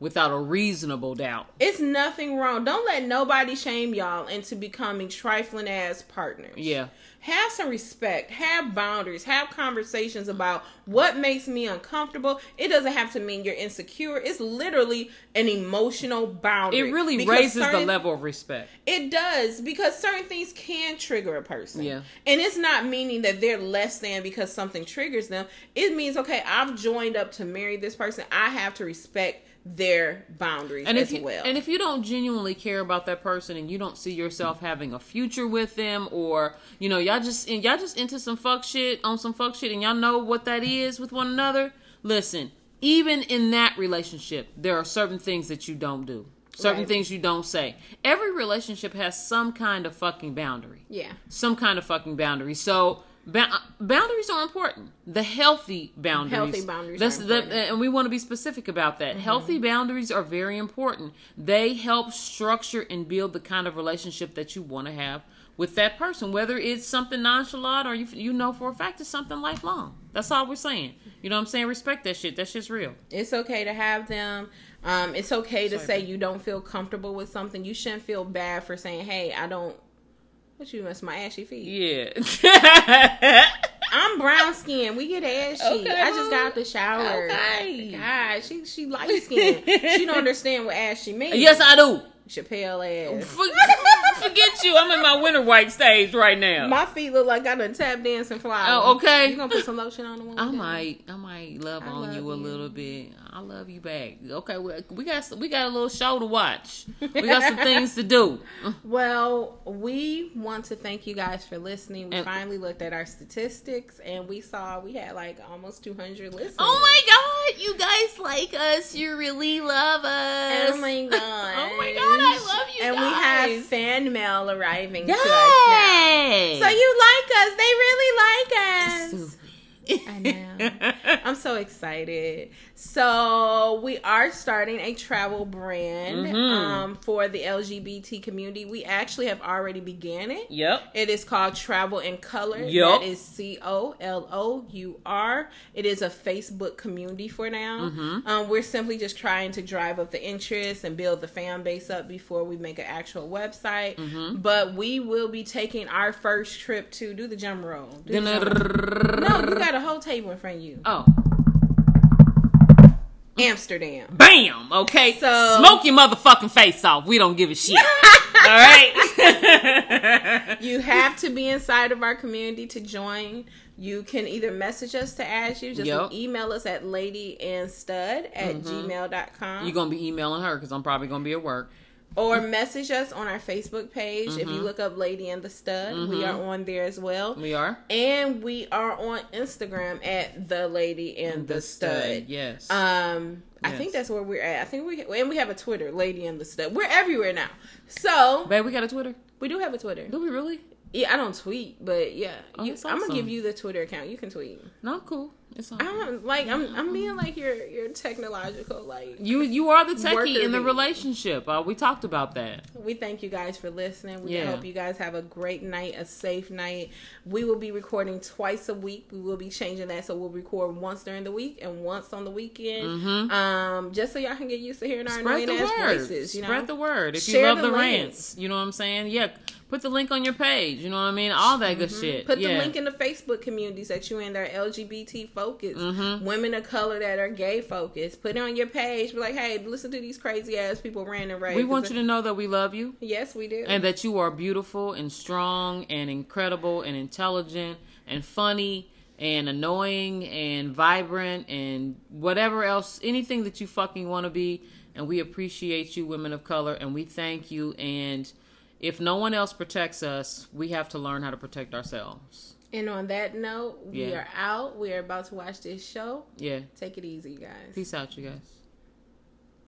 [SPEAKER 2] without a reasonable doubt.
[SPEAKER 1] It's nothing wrong. Don't let nobody shame y'all into becoming trifling ass partners.
[SPEAKER 2] Yeah.
[SPEAKER 1] have some respect have boundaries have conversations about what makes me uncomfortable it doesn't have to mean you're insecure it's literally an emotional boundary
[SPEAKER 2] It really
[SPEAKER 1] Because
[SPEAKER 2] raises the
[SPEAKER 1] certain-
[SPEAKER 2] level of respect.
[SPEAKER 1] it does because certain things can trigger a person
[SPEAKER 2] Yeah.
[SPEAKER 1] and it's not meaning that they're less than because something triggers them it means okay i've joined up to marry this person i have to respect their boundaries
[SPEAKER 2] and
[SPEAKER 1] as
[SPEAKER 2] if you,
[SPEAKER 1] well
[SPEAKER 2] And if you don't genuinely care about that person and you don't see yourself having a future with them or you know y'all just and y'all just into some fuck shit on some fuck shit and y'all know what that is with one another, listen, even in that relationship, there are certain things that you don't do. Certain
[SPEAKER 1] Right.
[SPEAKER 2] things you don't say. Every relationship has some kind of fucking boundary
[SPEAKER 1] yeah
[SPEAKER 2] some kind of fucking boundary. So ba- boundaries are important. The healthy boundaries.
[SPEAKER 1] Healthy boundaries
[SPEAKER 2] That's
[SPEAKER 1] are
[SPEAKER 2] the-
[SPEAKER 1] important. Mm-hmm.
[SPEAKER 2] and we want to be specific about that. Healthy boundaries are very important. They help structure and build the kind of relationship that you want to have with that person, whether it's something nonchalant or you you know for a fact it's something lifelong. That's all we're saying. You know what I'm saying? Respect that shit. That shit's real.
[SPEAKER 1] It's okay to have them. Um, it's okay to
[SPEAKER 2] Sorry,
[SPEAKER 1] say
[SPEAKER 2] babe.
[SPEAKER 1] you don't feel comfortable with something. You shouldn't feel bad for saying, "Hey, I don't." What you mess my ashy feet?
[SPEAKER 2] Yeah.
[SPEAKER 1] I'm brown skinned We get ashy.
[SPEAKER 2] Okay,
[SPEAKER 1] I just got out the shower.
[SPEAKER 2] Okay.
[SPEAKER 1] God, she she light skinned. she don't understand what ashy means.
[SPEAKER 2] yes, I do.
[SPEAKER 1] Chappelle ass.
[SPEAKER 2] For- forget you. I'm in my winter white stage right now.
[SPEAKER 1] My feet look like I done tap dance and fly.
[SPEAKER 2] Oh, okay. Oh,
[SPEAKER 1] You gonna put some lotion on the one?
[SPEAKER 2] I
[SPEAKER 1] day?
[SPEAKER 2] might, I might love
[SPEAKER 1] I
[SPEAKER 2] on
[SPEAKER 1] love
[SPEAKER 2] you a
[SPEAKER 1] you.
[SPEAKER 2] little bit. I love you back. Okay, we, we got we got a little show to watch. We got some things to do.
[SPEAKER 1] Well, we want to thank you guys for listening. We
[SPEAKER 2] And-
[SPEAKER 1] finally looked at our statistics and we saw we had like almost 200 listeners.
[SPEAKER 2] Oh my God, you guys like us. You really love us.
[SPEAKER 1] Oh my god!
[SPEAKER 2] Oh my God, I love you
[SPEAKER 1] And we have
[SPEAKER 2] guys.
[SPEAKER 1] fan mail arriving to us now.
[SPEAKER 2] Yay!
[SPEAKER 1] So you like us? They really like us.
[SPEAKER 2] Stupid.
[SPEAKER 1] I know. I'm so excited. So we are starting a travel brand
[SPEAKER 2] Mhm.
[SPEAKER 1] um, for the LGBT community. We actually have already began it.
[SPEAKER 2] Yep.
[SPEAKER 1] It is called Travel in Color.
[SPEAKER 2] Yup.
[SPEAKER 1] That is C O L O U R. It is a Facebook community for now. Um, we're simply just trying to drive up the interest and build the fan base up before we make an actual website. But we will be taking our first trip to do the jump roll. Do the
[SPEAKER 2] Then
[SPEAKER 1] jump roll.
[SPEAKER 2] the-
[SPEAKER 1] No, you got a whole table in front of you.
[SPEAKER 2] Oh.
[SPEAKER 1] Amsterdam.
[SPEAKER 2] Bam. Okay.
[SPEAKER 1] So-
[SPEAKER 2] Smoke your motherfucking face off. We don't give a shit. All right.
[SPEAKER 1] You have to be inside of our community to join. You can either message us to ask you, just
[SPEAKER 2] Yup.
[SPEAKER 1] email us at ladyandstud at gmail.com.
[SPEAKER 2] You're gonna be emailing her because I'm probably gonna be at work.
[SPEAKER 1] or message us on our Facebook page. If you look up Lady and the Stud, we are on there as well.
[SPEAKER 2] We are.
[SPEAKER 1] And we are on Instagram at the Lady and the, Stud.
[SPEAKER 2] Yes.
[SPEAKER 1] Um, I
[SPEAKER 2] Yes.
[SPEAKER 1] think that's where we're at. I think we and we have a Twitter, Lady and the Stud. We're everywhere now. So
[SPEAKER 2] Babe, we got a Twitter.
[SPEAKER 1] we do have a Twitter.
[SPEAKER 2] Do we really?
[SPEAKER 1] Yeah, I don't tweet, but yeah,
[SPEAKER 2] Oh,
[SPEAKER 1] you,
[SPEAKER 2] that's
[SPEAKER 1] I'm gonna
[SPEAKER 2] awesome.
[SPEAKER 1] give you the Twitter account. You can tweet.
[SPEAKER 2] No, I'm cool. It's all right.
[SPEAKER 1] I'm like I'm I'm being like your your technological like.
[SPEAKER 2] You you are the
[SPEAKER 1] Worker
[SPEAKER 2] techie in the
[SPEAKER 1] bee.
[SPEAKER 2] relationship. Uh, we talked about that.
[SPEAKER 1] We thank you guys for listening. We
[SPEAKER 2] Yeah.
[SPEAKER 1] hope you guys have a great night, a safe night. We will be recording twice a week. We will be changing that, so we'll record once during the week and once on the weekend. Um, just so y'all can get used to hearing our
[SPEAKER 2] Mm-hmm. Spread
[SPEAKER 1] annoying
[SPEAKER 2] the
[SPEAKER 1] ass
[SPEAKER 2] word.
[SPEAKER 1] voices. You know,
[SPEAKER 2] Spread the word. If you
[SPEAKER 1] Share
[SPEAKER 2] love
[SPEAKER 1] the
[SPEAKER 2] the,
[SPEAKER 1] link.
[SPEAKER 2] rants, you know what I'm saying. Yeah, put the link on your page. You know what I mean. All that good shit.
[SPEAKER 1] Mm-hmm. Put the
[SPEAKER 2] Yeah.
[SPEAKER 1] link in the Facebook communities that you in. They're LGBT focused,
[SPEAKER 2] Mm-hmm.
[SPEAKER 1] women of color that are gay focused. Put it on your page. Be like, hey, listen to these crazy ass people random right.
[SPEAKER 2] We want you to know that we love you
[SPEAKER 1] Yes, we do.
[SPEAKER 2] and that you are beautiful and strong and incredible and intelligent and funny and annoying and vibrant and whatever else, anything that you fucking want to be. And we appreciate you, women of color, and we thank you. And if no one else protects us, we have to learn how to protect ourselves.
[SPEAKER 1] and on that note, we
[SPEAKER 2] Yeah.
[SPEAKER 1] are out. We are about to watch this show.
[SPEAKER 2] Yeah.
[SPEAKER 1] Take it easy, you guys.
[SPEAKER 2] Peace out, you guys.